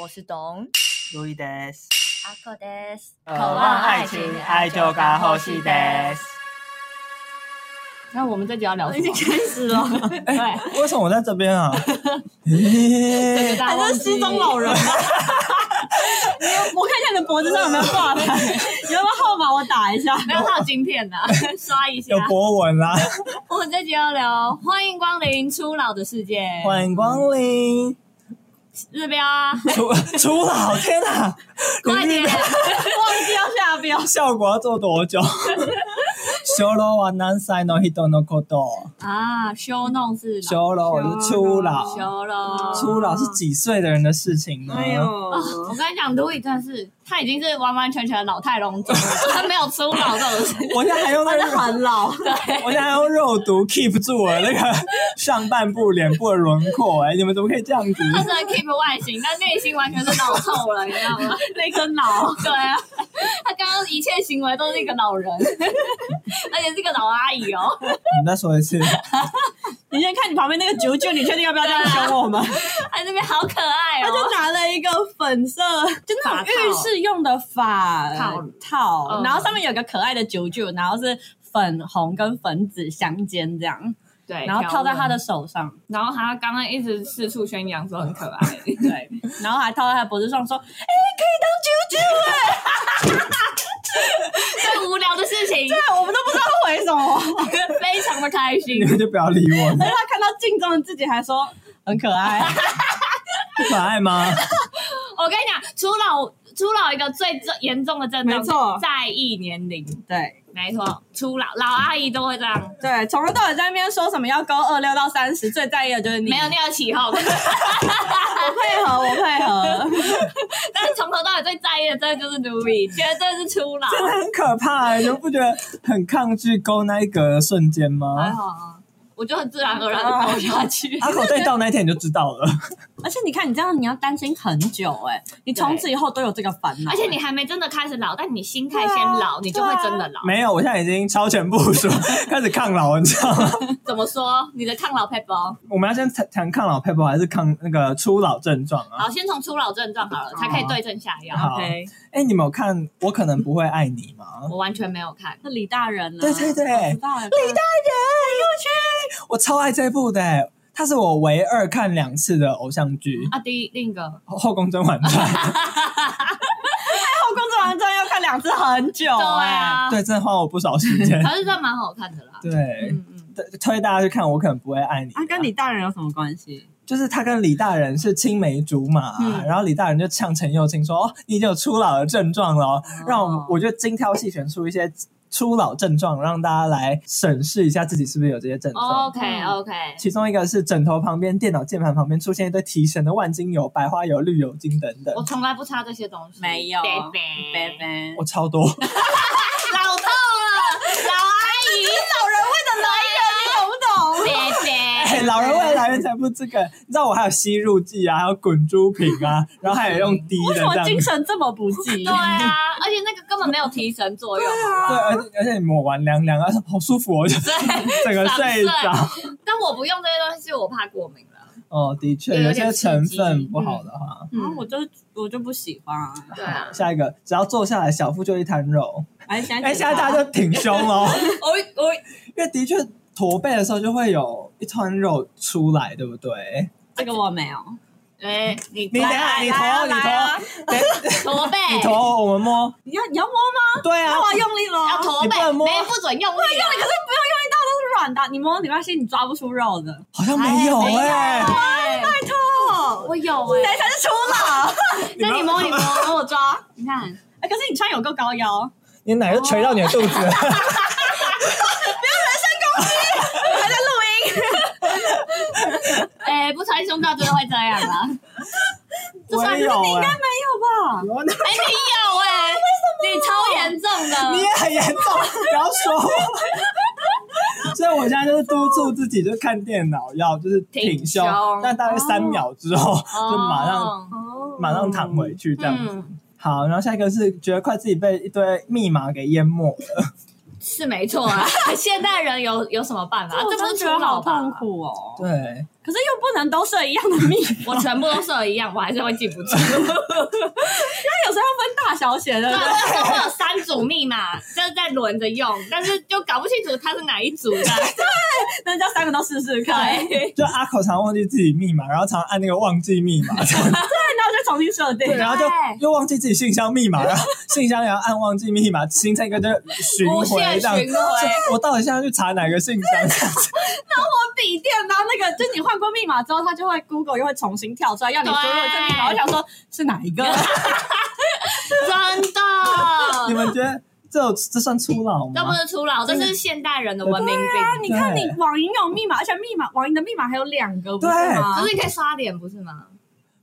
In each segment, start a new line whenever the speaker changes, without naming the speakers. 我是董
路易德斯，
阿克德斯，
渴望爱情，爱就该呼吸德斯。
那我们这集要聊 什么？
开始了，
对，
为什么我在这边啊？
这
嘿
个大忘记
人啊吧？
我看一下你的脖子上有没有挂 牌，有没有号码？我打一下。
没有他有晶 片的，
刷一下
有。博文啊啦，
我们这集要聊，欢迎光临初老的世界，
欢迎光临。
日 标啊，
出出老天啊！
快
你
点
日，
忘记要下标。
效果要做多久？小老は何歳の人のこと？
啊，修弄是老
小老我是初老，
修咯。
初老是几岁的人的事情呢？
哎呦，
哦我跟你讲，Louis 真的是，他已经是完完全全的老态龙钟了，他没有初老这种事。
我现在还用那
他
个
是很老，
我现在用肉毒 keep 住我那个上半部脸部的轮廓、哎，你们怎么可以这样子？
他只能 keep 外形，但内心完全是老透了，你知道吗？
那根老，
对啊，他刚刚一切行为都是一个老人， 而且是个老阿姨哦。
你再说一次，
你先看你旁边那个啾啾，你确定要不要这样凶我们？
他那边好可爱
他
哦
就，拿了一个粉 色，就那
发套
种浴室用的发
套
套，
嗯
然后上面有个可爱的啾啾，然后是粉红跟粉紫相间这样，
对，
然后套在他
的，
的手上，
然后他刚刚一直四处宣扬说很可 爱，
对，然后还套在他脖子上说：“哎、可以当啾啾。”
最无聊的事情，
对，我们都不知道他回什么。
非常的开心
你。们就不要理我，
而且他看到镜中的自己还说很可爱，
不可爱吗？
我跟你讲，初老初老一个最重严重的症
没错
状，在意年龄，
对
没错，初老老阿姨都会这样，
对，从头到尾在那边说什么要勾二六到三十，最在意的就是你。
没有尿起后，
我配合，我配合，
但是从头到尾最在意的，真的就是 Louis，绝对是初老。
真的很可怕、哎，你们不觉得很抗拒勾那一格的瞬间
还
吗？哦
好啊，我就很自然而然的倒下去。
阿口对到那一天你就知道了，
而且你看你这样，你要担心很久哎、你从此以后都有这个烦 恼、哎
而且你还没真的开始老，但你心态先老，你就会真的老。
没有，我现在已经超前部署，开始抗老，你知道吗？
怎么说？你的抗老哦 paper，
我们要先谈谈抗老 paper 还是抗那个初老症状啊？
好，先从初老症状好了，才可以对症下药。
好
OK，
哎、你们有看《我可能不会爱你》吗？
我完全没有看，
那李大人呢？
对对对
我知道了李大
我超爱这部的、欸，它是我唯二看两次的偶像剧
啊，第一另一个
《后宫甄嬛传》
后工作完真的要看两次很久、
对
哎，
啊，
对，真的花我不少时间。
可是这蛮好看的啦。
对，
嗯嗯，
对推大家去看，我可能不会爱你。
他、啊跟李大人有什么关系？
就是他跟李大人是青梅竹马，
嗯
然后李大人就呛陈幼卿说：“哦，你已经有初老的症状了哦。”让我们我就精挑细选出一些初老症状，让大家来审视一下自己是不是有这些症
哦
状。
OK OK，
其中一个是枕头旁边、电脑键盘旁边出现一堆提神的万金油、白花油、绿油精等等
我，从来不擦这些东西，
没有
拜
拜
拜，
拜。
我超 多。
老透了，老阿姨，
老人味的来源，你懂不懂？
拜
哎、
拜，
老人为来源才不这个，你知道我还有吸入剂啊，还有滚珠瓶啊，然后还有用滴的
为什
这
么
样
精
子。
神这么不济？
对啊，而且那个根本没有提神作用。
啊
对，啊而且而且你抹完凉 凉啊，好舒服、哦，我就
对，
整个睡着
爽。但我不用这些东西，是我怕过敏了。
哦，的确，
对
有
有点嗯
些成分不好的话。
然嗯后我就我就不喜欢啊。
对啊，
下一个，只要坐下来，小腹就一滩肉。
哎，现
哎、现在大家就挺胸 哦，
我我
因为的确驼背的时候就会有一团肉出来，对不对？
这个我没有，
哎，你
你等一下，
来
你
来
头，你
来啊
头，
驼背，
你头，我们摸。
啊
你要你要摸吗？
对啊
那，我要用力喽。
要驼
你
背
不能，摸
没不准用力啊，
可是不要用力，到都是软的。你摸你发现你抓不出肉的。
好像没有哎、
哎，
拜托，
我有
谁
哎，
才是初老？
那你摸你摸，
帮我抓。
你看，
哎，可是你穿有够高腰，
你奶就垂到你的肚子了。
哦
还在录音。
哎，不穿胸罩真的会这样 啊。这
我
算
也有
你应该
哎、
没有吧？
有
哎，你有哎，你超严重
你
的
也。很严重，不要 说我。所以我现在就是督促自己，就是看电脑要就是挺
挺哦
胸
胸，
但大概三秒之后、就马上
哦，
哦
马上躺回去这样子。
嗯，
好，然后下一个是觉得快自己被一堆密码给淹没了，
是没错 啊。现代人有有什么办法？这
我
不
真
是
哦
初
觉得
老
好
吧
痛？苦哦。
对，
可是又不能都射一样的蜜，
我全部都射一样，我还是会记不 住。
它有时候要分大小写，对
对
不
啊，
对？
那时候会有三组密码，就是在轮着用，但是就搞不清楚它是哪一组的。
那叫三个都试试看，对，
就阿口常忘记自己密码，然后常按那个忘记密码，
那我就重新设定。
对，然后就又忘记自己信箱密码，然后信箱也要按忘记密码，形成一个就是巡
无
回
限
这样。
巡回
我到底现在去查哪个信箱？
笔电然后那个，就是你换过密码之后，它就会 Google 又会重新跳出来要你输入这密码。我
对
想说，是哪一个？
真的，
你们觉得这这算初老
这不
吗？
是初老，这是现代人的文明
那
病。
你看
对
你网银有密码，而且密码网银的密码还有两个，不
对
是吗
可？是你可以刷脸，不是吗？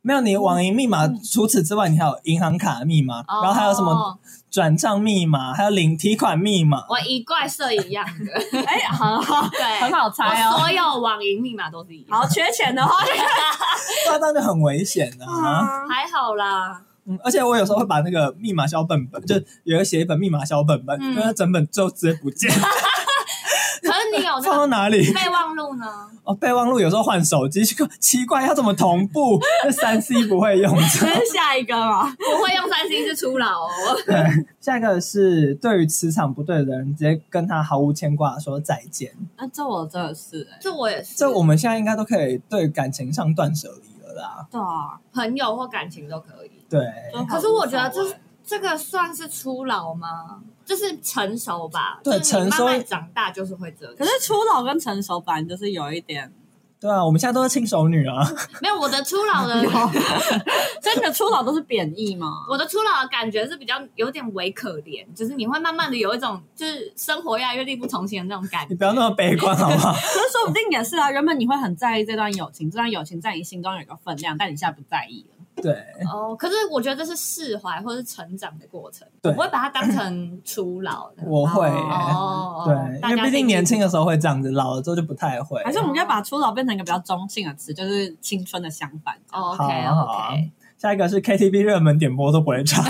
没有，你网银密码，除此之外，你还有银行卡密码，然后还有什么
哦？
转账密码，还有领提款密码。
我一怪射一样 的，
哎，很好，
对，
很好猜
我
哦。
所有网银密码都是一样，
好，缺钱的话，
对啊，这样就很危险啊！
还好啦。
嗯，而且我有时候会把那个密码小本本，就有人写一本密码小本本，
嗯
就是整本就直接不见，
可是你有那
放
个
到哪里？
备忘录呢？
哦，备忘录有时候换手机，奇怪要怎么同步？那三 C 不会用。
这是下一个嘛？
不会用三星是初老哦。
对， 下一个是对于磁场不对的人，直接跟他毫无牵挂地说再见。
那这我真的是哎，
这我也是，
这我们现在应该都可以对感情上断舍离了啦。
对啊，
朋友或感情都可以。
对，
可是我觉得这
是
是这个算是初老吗？就是成熟吧，
对
就是你
成熟
慢慢长大就是会这样。
可是初老跟成熟版就是有一点，
对啊，我们现在都是轻熟女啊。
没 有我的初老的，
所以你的初老都是贬义吗？
我的初老的感觉是比较有点微可怜，就是你会慢慢的有一种就是生活越来越力不从心的那种感觉。
你不要那么悲观好不好？
可是说不定也是啊，原本你会很在意这段友情，这段友情在你心中有一个分量，但你现在不在意了。
对，
哦，可是我觉得这是释怀或是成长的过程，
对
我不会把它当成初老的。
我会耶、
哦，
对，因为毕竟年轻的时候会这样子，老了之后就不太
啊
会。
还是我们要把初老变成一个比较中性的词，就是青春的相反。
候
好
哦 OK
啊好啊
OK，
下一个是 KTV 热门点播都不会唱，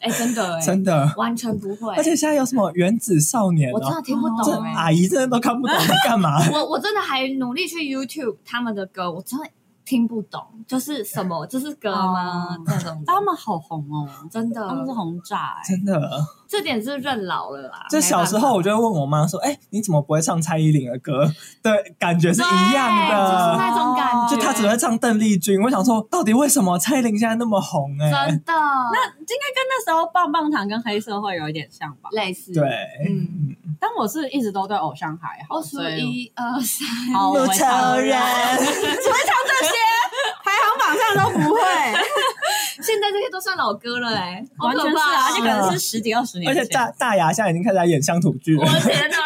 哎，真 的哎，
真的。
完全不会
而，且现在有什么原子少年
我真
哦
的，听不
这
懂哎。
阿姨真的都看不懂在 干嘛。
我我真的还努力去 YouTube 他们的歌，我真的听不懂，就是什 么，这是歌吗？
哦
这种
但他们好红哦，
真
他们是
的，
红炸哎、
真的，
这点是认老了啦。
就小时候我就会问我妈说：“哎、你怎么不会唱蔡依林的歌？”对，感觉是
没办
一
法
样
对就是
的。
那种感
就
觉，
她只会唱邓丽君，我想说，到底为什么蔡依林现在那么红、哎，
真 的那
应该跟那时候棒棒糖跟黑社会有一点像吧？
类似
对，
嗯，哦
但我是一直都对偶像还好，
我数
所以
一二三，
好
不
我会
承
唱
认。
只会唱这些，排行榜上都不会，
现在这些都算老歌了哎，好
完
可
全是啊，
怕
而
哦
且可能是十几二十年
而且
前，
大大牙现在已经开始在演乡土剧
我
了。
的天哪，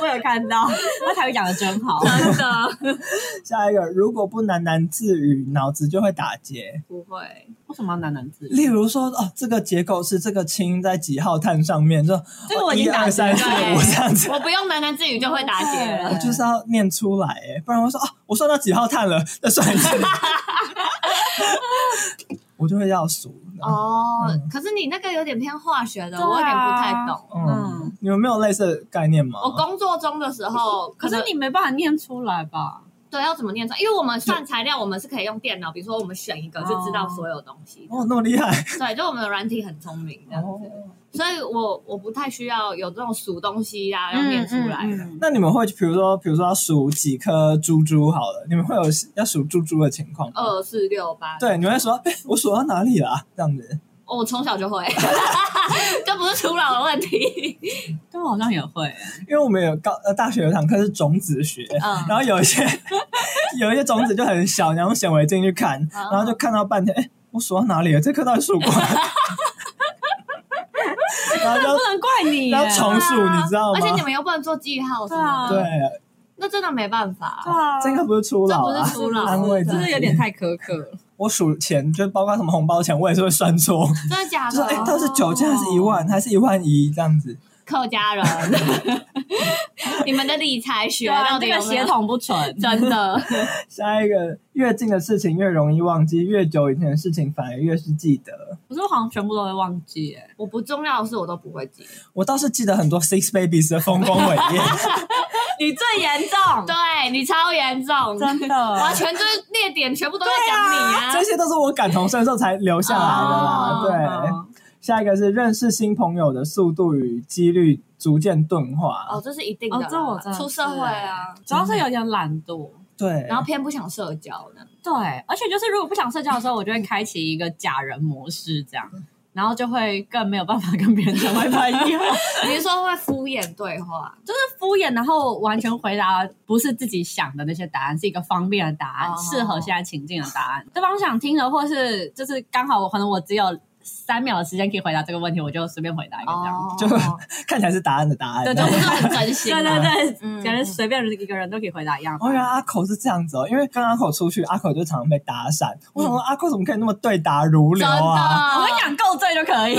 我有看到，那台语讲的真好。
真 的
下一个，如果不喃喃自语，脑子就会打结。
不会，
为什么要喃喃自语？
例如说，哦，这个结构是这个氢在几号碳上面，就哦
这个我已经
一
打
二
结了哎
三四 五这样子。
我不用喃喃自语就会打结了。
我就是要念出来，哎，不然我说啊，我算到几号碳了，再算一次，我就会要数。
哦
嗯，
可是你那个有点偏化学的，
对啊
我有点不太懂。
嗯
嗯，
你们没有类似的概念吗？
我工作中的时候，
可是
能
你没办法念出来吧？
对要怎么念出来？因为我们算材料，我们是可以用电脑，比如说我们选一个
哦
就知道所有东西。
哦，那么厉害
对，就我们的软体很聪明这样
哦！
所以我我不太需要有这种数东西呀、要念出来。
嗯嗯
那你们会比如说，比如说要数几颗珠珠好了，你们会有要数珠珠的情况吗？
哦
二四六八，
对，你们会说，哎，我数到哪里啦？这样子，
哦我从小就会， 这不是初老的问 题。
但我好像也会欸，
因为我们有高呃大学有一堂课是种子学，
嗯，
然后有一些有一些种子就很小，你要用显微镜去看，
啊
然后就看到半天，哎，我数到哪里了？ 这颗到底数过？然后
不
就
能怪你耶，
然后重数，你知道吗
而？且你们又不能做记号什么
对
对啊
的，，那真的没办法。
对啊，
这个不是初
这
老
不
啊
是，初老，
安慰自
就
己
是有点太苛刻了。
我数钱，就包括什么红包钱，我也是会算错，
真的假
就
的？
是哎，到底是九千还是一万，还是一万一这样子？
客家人， 你们的理财学
对
到
啊，
底
这
有
个
没
血
有？啊
统不纯，
真的，
下一个，越近的事情越容易忘记，越久以前的事情反而越是记得。
可是我好像全部都会忘记哎，
我不重要的事我都不会记。
我倒是记得很多 Six Babies 的丰功伟 业，
你最严重，
对啊你超严重，
真
完
的。
全就是列点全部都在讲你啊。
这些都是我感同身受才留下来的啦。
哦
对，
嗯
下一个是认识新朋友的速度与几率逐渐钝化。
哦，这是一定的啦、
哦这我真的
出社会啊，
主要是有点懒惰。
对，
然后偏不想社交呢。
对，而且就是如果不想社交的时候，我就会开启一个假人模式，这样，然后就会更没有办法跟别人成为朋友，
你是说会敷衍对话？
就是敷衍，然后完全回答不是自己想的那些答案，是一个方便的答案，
哦
适合现在情境的答案，对方想听的，或是就是刚好我可能我只有三秒的时间可以回答这个问题，我就随便回答一个这样。
哦，
就 看起来是答案的答案。
对，就
然
不
后
是
很真心
对对对，
嗯
感觉随便一个人都可以回答一样。
哦，原来阿口是这样子哦，因为跟阿口出去，阿口就常常被搭讪。我想说，
嗯
阿口怎么可以那么对答如流
真
啊？
我
的。
们讲够醉就可以。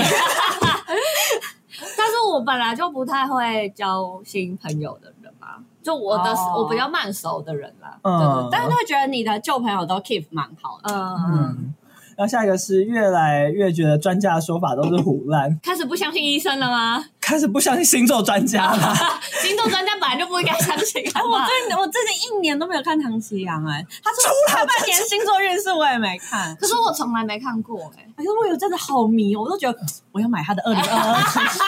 但是我本来就不太会交新朋友的人嘛，就我的、
哦
我比较慢熟的人啦。
嗯，
但是就会觉得你的旧朋友都 keep 蛮好的。
嗯，
嗯。然后下一个是越来越觉得专家的说法都是胡乱，
开始不相信医生了 吗？
开始不相信星座专 家了。
星座专家本来就不应该相信，
哎、
好不
我
好？
最近我最近一年都没有看唐奇阳哎、他说下半年星座运势我也没看，
可是我从来没看过哎、
可是我有真的好迷哦，我都觉得我要买他的二零二二新书，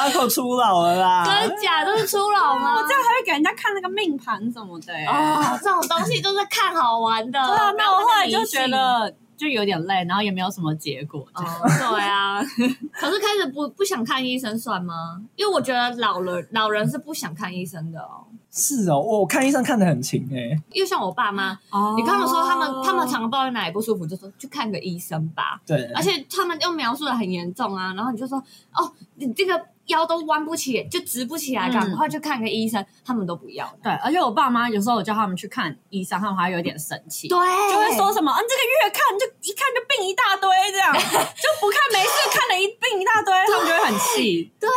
阿口出老了啦，
真假都是初老吗？
啊哦我这样还会给人家看那个命盘什么的、欸。
哦，这种东西就是看好玩的。
对啊，那我后来就觉
不要
得就有点累，然后也没有什么结果。这
那
样
么迷信，哦对啊。 可是开始不不想看医生算吗？因为我觉得老了老人是不想看医生的哦。
是哦，我我看医生看得很勤哎、
因为像我爸妈，
哦
你跟他们说他们他们常常抱怨哪里不舒服，就说去看个医生吧。
对，
而且他们又描述的很严重啊，然后你就说哦，你这个腰都弯不起，就直不起来，
嗯
赶快去看个医生。他们都不要。
哦对，而且我爸妈有时候我叫他们去看医生，他们还有点生气。
对，
就会说什么，嗯、这个越看就一看就病一大堆，这样就不看没事，看了一病一大堆，他们就会很气，
对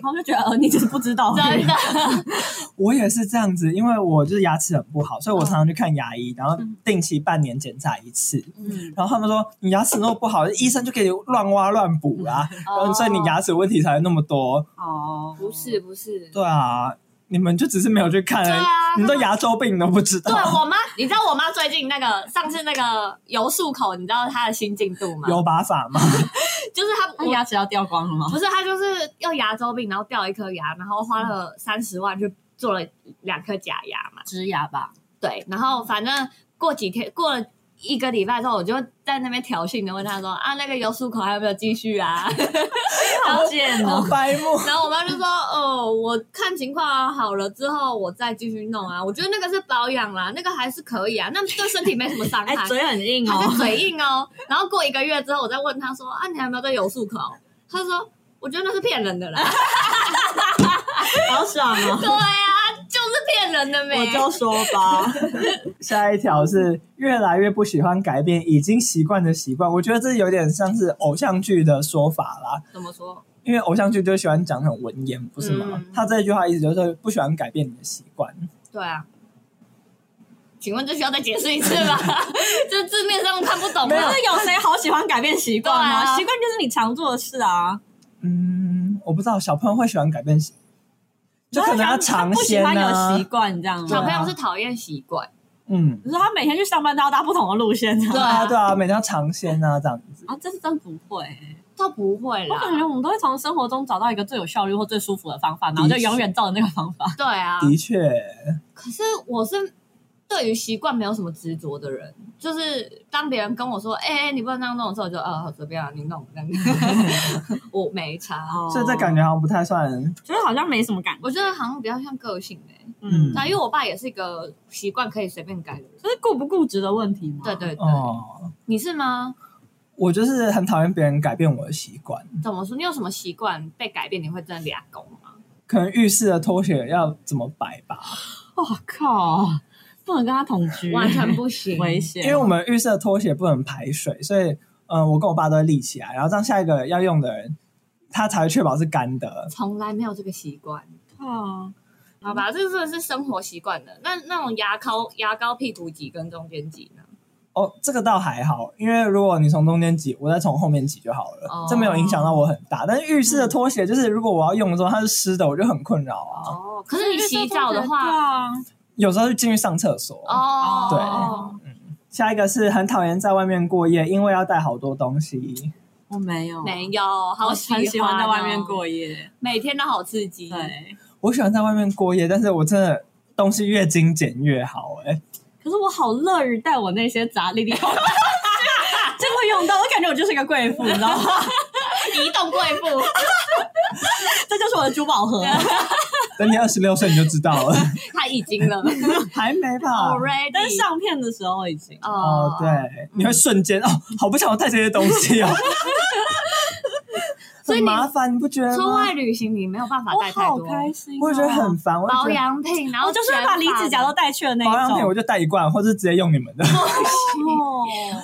然，后就觉得呃你就是不知道，
真的，
我也是这样子，因为我就是牙齿很不好，
嗯
所以我常常去看牙医，然后定期半年检查一次。
嗯，
然后他们说你牙齿那么不好，医生就给你乱挖乱补啦、然后
哦
嗯所以你牙齿问题才会那么多。
哦，
不是不是，
对啊，你们就只是没有去看而已，
对啊
你们哦都
他们
牙周病你都不知道
对。啊我妈，你知道我妈最近那个上次那个游漱口，你知道她的新进度吗？
有把 法吗？
就是她
他
我
牙齿要掉光了吗？
不是她就是要牙周病，然后掉一颗牙，然后花了三十万去做了两颗假牙嘛。
植牙吧，
对，然后反正过几天过了。一个礼拜之后，我就在那边挑衅的问她说：“啊，那个游漱口还有没有继续啊。
好贱
好
哦，
白目？”
然后我妈就说：“哦，我看情况啊好了之后，我再继续弄啊。我觉得那个是保养啦，那个还是可以啊，那对身体没什么伤害。
哎，嘴很硬
他
哦
就，嘴硬哦。然后过一个月之后，我再问他说：“啊，你还有没有在游漱口？”他说：“我觉得那是骗人的啦。
好爽”哦
对，啊，就是骗人的没。
说 吧，
下一条是越来越不喜欢改变已经习惯的习惯，我觉得这有点像是偶像剧的说法啦。
怎么说？
因为偶像剧就喜欢讲那种文言，不是吗？
嗯
他这句话意思就是不喜欢改变你的习惯。
对啊。请问这需要再解释一次吗？这字面上看不懂
可
吗？
是有谁好喜欢改变习惯
对
吗？
啊
习惯就是你常做的事啊，
嗯，我不知道小朋友会喜欢改变习，就可能要尝
不喜
鲜
欢有习
啊。
惯这样
小
吗？
朋友是讨厌习惯，
嗯，
你说他每天去上班都要搭不同的路线，这
对
样
啊，
啊
对，啊，每天要尝鲜啊，这样子。
啊，这是真不会欸。
倒不会
我感
啦。
觉我们都会从生活中找到一个最有效率或最舒服的方法，然后就永远照着那个方法。
对啊，
的确，
可是我是对于习惯没有什么执着的人，就是当别人跟我说：“哎、哎你不能这样弄”的时候，我就呃随便啊，你弄这样。我没差。
所以这感觉好像不太算。
觉得好像没什么感觉，
我觉得好像比较像个性哎、欸，
嗯
嗯，
对啊、因为我爸也是一个习惯可以随便改的人。
这是固不固执的问题吗？
对，对对，
哦，
你是吗？
我就是很讨厌别人改变我的习惯。
怎么说？你有什么习惯被改变，你会真的俩拱吗？
可能浴室的拖鞋要怎么摆吧？
我靠，不能跟他同居，
完全不 行，
危险，
因为我们浴室的拖鞋不能排水，所以嗯、呃我跟我爸都会立起来，然后让下一个要用的人，他才会确保是干的。
从来没有这个习惯。
靠，
好吧，这真的是生活习惯的。那那种牙膏、牙膏屁股挤跟中间挤呢？
哦，这个倒还好，因为如果你从中间挤，我再从后面挤就好了，
哦
这没有影响到我很大。但是浴室的拖鞋，就是如果我要用的时候它是湿的，我就很困扰啊。
哦，可是你洗澡的
对
话，
啊，
有时候就进去上厕所。
哦，
对下一个是很讨厌在外面过夜，因为要带好多东西。
我没有，
没有，好
我很喜欢嗯在
哦
外面，过夜。
每天都好刺激。
对，
我喜欢在外面过夜，但是我真的东西越精简越好、欸。哎，
可是我好乐于带我那些杂利利空， 结果用到，我感觉我就是一个贵妇，你知道吗？
移动贵妇，
这就是我的珠 宝盒。
等你二十六岁你就 知道了，
他已经 了
还没吧？
，already。
但是上片的时候已经，
哦，，对，你会瞬间哦，好不想要带这些东西哦，
所以
很
你
麻烦，你不觉得
出
吗
外？旅行你没有办法
我
带太
好
多
开心哦，
我也觉得很烦，我就觉
保
得
养品，然后哦
我就是会把离 子夹都带去的那一种。
保养品我就带一罐，或者直接用你们的。
哦，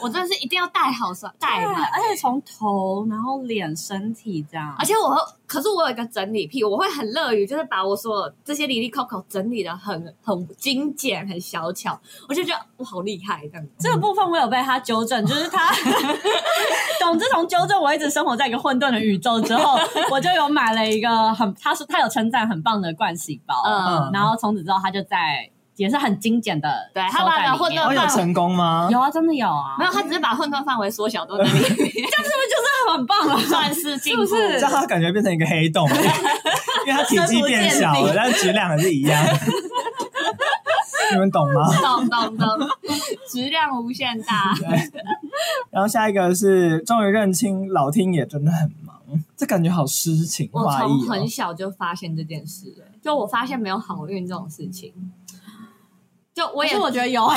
我真的是一定要带好是带
对，
满，
而且从头然后脸、身体这样，
而且我会，可是我有一个整理癖，我会很乐于就是把我所有这些里里扣扣整理的很很精简、很小巧，我就觉得我好厉害这样子。
这个部分我有被他纠正，就 是他，总之从纠正我一直生活在一个混沌的宇宙之 后，我就有买了一个很，他说他有称赞很棒的盥洗包，
嗯，
然后从此之后他就在也是很精简的
对他
收
把
在
那
里
混
面
沌
哦我有成功吗？
有啊，真的有啊，
没有，他只是把混沌范围缩小到那里，
有很棒啊，
算是进步。
是不
这
是
样它感觉变成一个黑洞， 因为它体积变小了，但质量还是一样。 你们懂吗？
咚咚咚，质量无限大。
然后下一个是终于认清老天爷真的很忙，这感觉好诗情
我
画
从
意
很
哦。
小就发现这件事了，就我发现没有好运这种事情。就我
可
也
是我觉得有啊，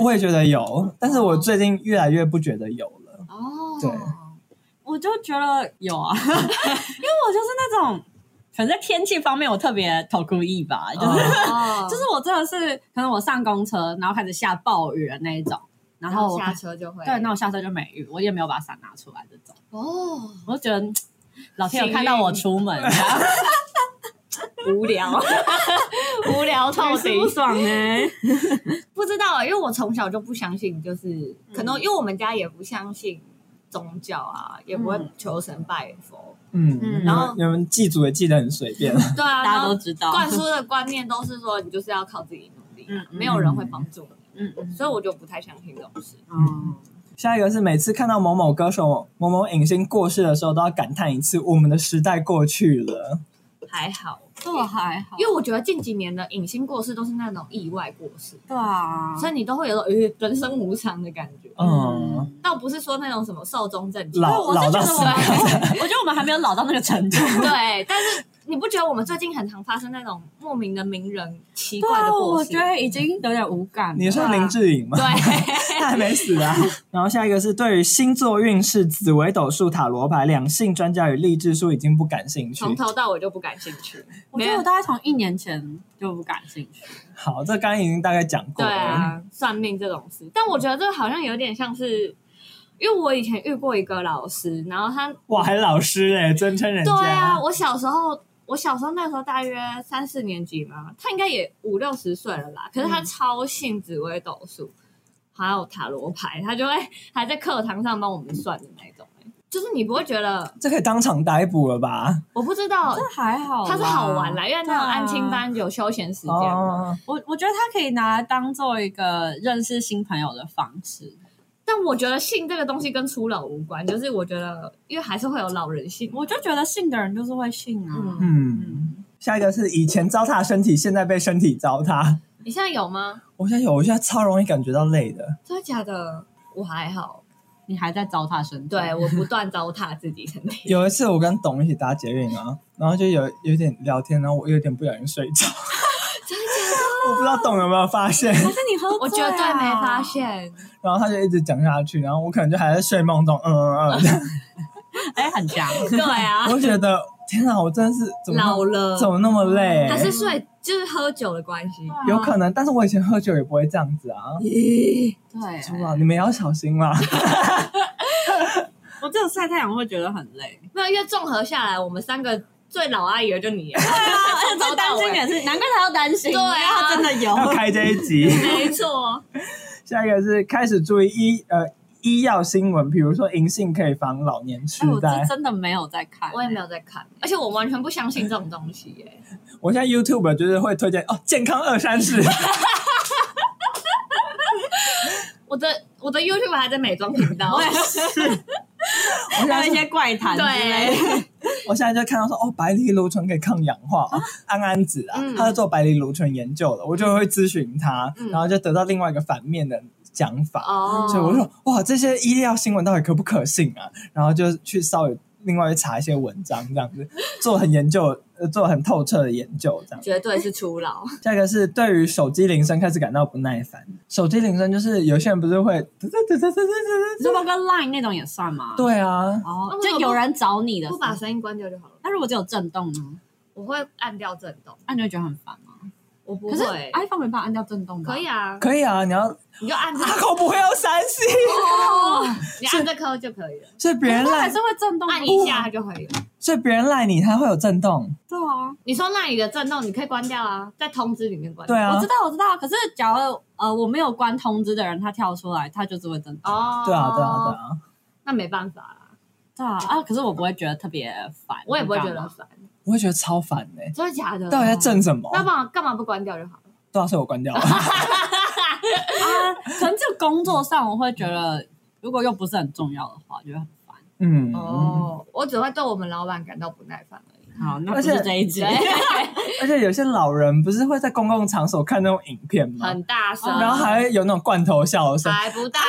我也觉得有，但是我最近越来越不觉得有了。
哦，
对
我就觉得有啊， 因为我就是那种，可能在天气方面我特别投故意吧，就是
哦
就是我真的是，可能我上公车，然后开始下暴雨的那一种，然
然
后
后
我
下车就会
对，那我下车就没雨，我也没有把伞拿出来这种，
哦
我就觉得嗯老天有
幸
看到我
运
出门，然
无聊，无聊
后
透顶。
爽哎、
不知道、因为我从小就不相信，就是可能因为我们家也不相信宗教啊，也不会求神拜佛，
嗯，
嗯
然
然
后
后
你们祭祖也祭得很随便，
对啊，
大
然
家
后
都知道，
灌输的观念都是说你就是要靠自己努力啊、
嗯嗯
没有人会帮助你，
嗯嗯
所以我就不太相信这种事。
嗯，
下一个是每次看到某某歌手、某某影星过世的时候，都要感叹一次：我们的时代过去了。
还好，
这哦我还好，
因为我觉得近几年的隐形过世都是那种意外过世，
对啊，
所以你都会有种呃人生无常的感觉。
嗯，
倒不是说那种什么寿终正寝，
哦老
我是觉
到
得我
死
们， 我觉得我们还没有老到那个程度。
对，但是你不觉得我们最近很常发生那种莫名的名人奇
对
怪的
啊，
过
我
世？
觉得已经有点无感了。
你说林志颖吗？
对，
他 还没死啊。然后下一个是对于星座运势、紫微斗数、塔罗牌、两性专家与励志书已经不感兴趣。
从头到尾就不感兴趣。
我觉
没
得
有
我大概从一年前就不感兴趣。
好，这刚刚已经大概讲过
对
了。
啊，算命这种事，但我觉得这好像有点像是，因为我以前遇过一个老师，然后他，
哇，还老师哎、尊称人家。
对啊，我小时候。我小时候那时候大约三四年级嘛，他应该也五六十岁了啦。可是他
嗯
超信紫微斗数，还有塔罗牌，他就会还在课堂上帮我们算的那种、欸。就是你不会觉得，
这可以当场逮捕了吧？
我不知道
这还好，
它是好玩啦，因为那种安
对啊
亲班有休闲时间嘛。
哦，
我我觉得它可以拿来当做一个认识新朋友的方式。
但我觉得性这个东西跟初老无关，就是我觉得，因为还是会有老人性。
我就觉得信的人就是会信啊。
嗯，
嗯。
嗯，
下一个是以前糟蹋身体，现在被身体糟蹋。
你现在有吗？
我现在有，我现在超容易感觉到累的。
真的假的？我还好，
你还在糟蹋身体，
对我不断糟蹋自己身 体。
有一次我跟董一起搭捷运啊，然后就有有点聊天，然后我有点不小心睡着。我不知道董有没有发现，
还是你喝醉啊、
我绝对没发现，
然后他就一直讲下去，然后我可能就还在睡梦中，嗯嗯嗯，
哎、很强。
对 啊，
我觉得天哪，我真的是怎么那
老了嗯
怎么那么累？
还是睡就是喝酒的关系。
有可能，但是我以前喝酒也不会这样子啊，
对，
是吧？你们也要小心啦。
我这种晒太阳会觉得很累。
没有，因为综合下来，我们三个最老阿姨的就你了，
而且最欸担心也是，难怪他要担心，
对啊
哦哎因为他真的有。
要开这一集，
没错。
下一个是开始注意医呃医药新闻，比如说银杏可以防老年痴
哎，我
呆
这。真的没有在看，欸
我也没有在看，而且我完全不相信这种东西耶、
我现在 YouTube 就是会推荐哦，健康二三事。
我的我的 YouTube 还在美妆频 道
我，也是，还有一些怪谈之类的。
对，
我现在就看到说哦，白藜芦醇可以抗氧化，哦、安安子啊，
嗯
他在做白藜芦醇研究了，我就会咨询他，
嗯
然后就得到另外一个反面的讲法。
哦，
所以我就说，哇，这些医疗新闻到底可不可信啊？然后就去稍微另外去查一些文章，这样 子做很研究，呃，做很透彻的研究，这样。
绝对是初老，
下一个是对于手机铃声开始感到不耐烦。手机铃声就是有些人不 是会，
你说包括 Line 那种也算吗？，
对啊，
哦，就有人找你的时
不
候，
把声音关掉就好了。
那如果只有震动呢？
我会按掉震动，
那你会觉得很烦吗？
我不
可是
会，
iPhone 没办法按掉震动吧？
可以啊，
哎可以啊，你要
你就 按这
他可不会要三 C，
哦，你按这颗就可以了，
所以 别人
它
赖
还是，会震动吗。
按一下它就可以了。
所以别人赖你，他会有震动。
对啊，
你说那里的震动你可以关掉啊，在通知里面关掉。
对啊
我知，道，我知道。可是，假如呃我没有关通知的人，他跳出来，他就是会震动。
哦，
对啊，对啊，对，啊，
那没办法啦，
对啊，啊，可是我不会觉得特别烦，
我也不会觉
你知道
得
吗。
烦，
我会觉得超烦的。
真的假的？
到底在啊震什么？
那干嘛干嘛不关掉就好了？
对啊，所以我关掉了。
啊，可能就工作上，我会觉得如果又不是很重要的话，就会很烦。
嗯，
哦，我只会对我们老板感到不耐烦而已。
好，那
而
不
且
是这一集。
而且有些老人不是会在公共场所看那种影片吗？
很大声，
然后还有那种罐头笑声，
还不戴耳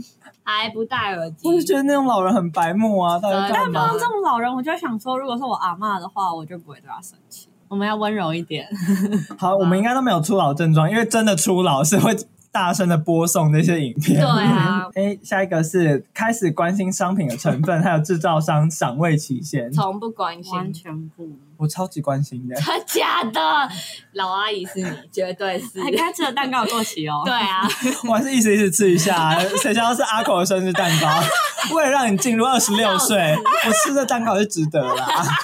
机， 还不戴耳机
我，就觉得那种老人很白目啊，到底干
但碰
嘛
到？这种老人，我就会想说，如果是我阿嬷的话，我就不会对她生气。我们要温柔一点。
好，我们应该都没有初老症状，因为真的初老是会大声的播送那些影片。
对 啊，
哎，下一个是开始关心商品的成分，还有制造商赏味期限。
从不关
完
心。
全不。
我超级关心的，
真假的，老阿姨是你，绝对 是。
还该吃的蛋糕有过期哦。
对啊，
我还是一直一直吃一下、啊 谁知道是阿口的生日蛋糕？ 为了让你进入二十六岁，我吃这蛋糕是值得啦。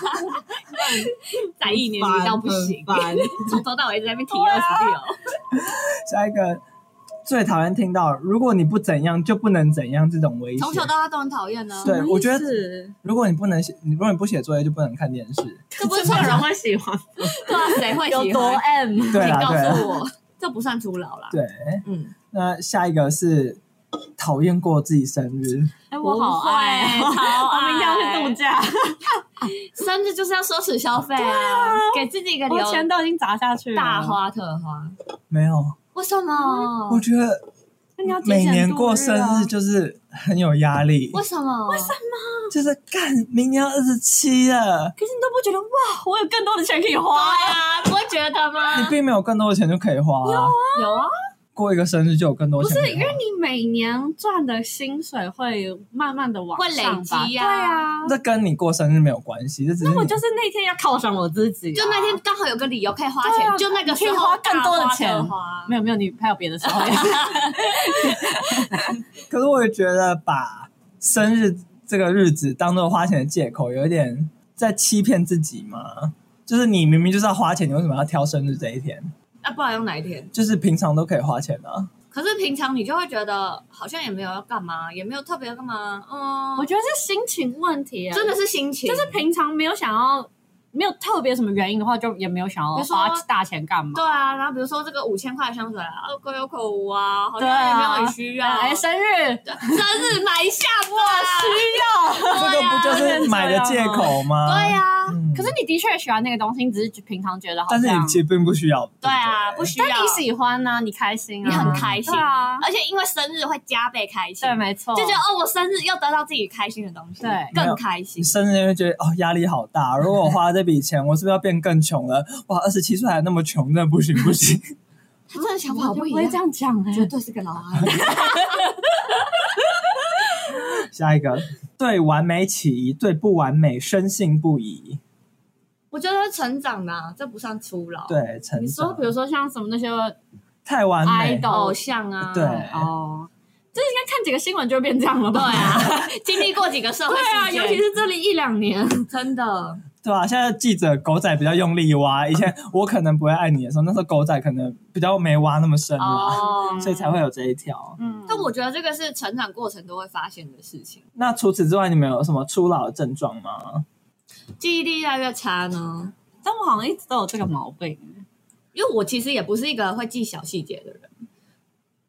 在意年龄到不行，
很烦。
从头到尾一直在那边提
对
二
啊
十六。
下一个最讨厌听到“如果你不怎样就不能怎样”这种威胁
从。小到大都很讨厌啊呢。
对我觉得
是，
如果你不能写，你如果你不写作业就不能看电视。
这不是
没
初
有
老
人
吗？
会喜欢，
对啊，谁会
有
喜
多
欢？
M？
对
请
啦，
告
啊对啦，
诉我，这不算初老啦。
对。
嗯，
那下一个是讨厌过自己生日，
哎，我好爱
不
哦，
会超
我
爱
明天要去度假，
生日就是要奢侈消费啊，给自己一个
我
留
钱都已经砸下去了。
大，花特花。
没有。
为什么
我？觉得
那你要节
每
俭
年
度
过生
啊
日就是很有压力，
为什么？为什么？
就是干，明年二十七了，
可是你都不觉得哇，我有更多的钱可以花
对
呀？
啊，不会觉得吗？
你并没有更多的钱就可以花啊、
有啊，
过一个生日就有更多
不
钱可以花。
是，因为你每年赚的薪水会慢慢的往
会累
上吧
积
对
啊
啊。
这跟你过生日没有关系，这只是
那我
你
就是那天要犒赏我自己啊，
就那天刚好有个理由可以花
对
钱，
啊
就那个时候
可以花更多的钱
大花特花
没有没有，你还有别的时候呀。
可是我也觉得把生日这个日子当做花钱的借口，有一点在欺骗自己嘛。就是你明明就是要花钱，你为什么要挑生日这一天？
那啊不然用哪一天？
就是平常都可以花钱啊。
可是平常你就会觉得好像也没有要干嘛，也没有特别要干嘛，
我
嗯，
觉得是心情问题啊，
真的是心情，
就是平常没有想要，没有特别什么原因的话，就也没有想要
比如说
花大钱干嘛
对。啊。然后比如说这个五千块的香水啊，哦可有可无啊，好像也没有很需要，
哎，
生
生日
日买一下
啊
吧，
需要。
这个不就是买的借口吗？
对啊呀，
嗯
可是你的确喜欢那个东西，你只是平常觉得好
但
像。
是你其实并不需要。
对啊，不
不对
需要，
但你喜欢呢，你开心啊，
你很开心
对啊，
而且因为生日会加倍开心
对，，没错，
就觉得哦，我生日又得到自己开心的东西，
对
更开心
你。生日就会觉得哦压力好大，如果我花这笔钱，我是不是要变更穷了？哇，二十七岁还那么穷，那不行不行。
他真的想
我就不会这，样讲哎，
绝对是个老阿姨。
下一个，对完美起疑，对不完美深信不疑。
我觉得成长的啊，这不算初老。，
对，成
你说
长
比如说像什么那些
太完美，
idol
偶像啊，
对
哦，这应该看几个新闻就会变这样了
对
吧？
啊，经历过几个社会
对啊，
事件，
尤其是这里一两年，
真的，
对啊，现在记者狗仔比较用力挖，以前
哦
我可能不会爱你的时候，那时候狗仔可能比较没挖那么深啊，
哦，
所以才会有这一条。
嗯，
但我觉得这个是成长过程都会发现的事情。
那除此之外，你们有什么初老的症状吗？
记忆力越来越差呢，
但我好像一直都有这个毛病。
因为我其实也不是一个会记小细节的人，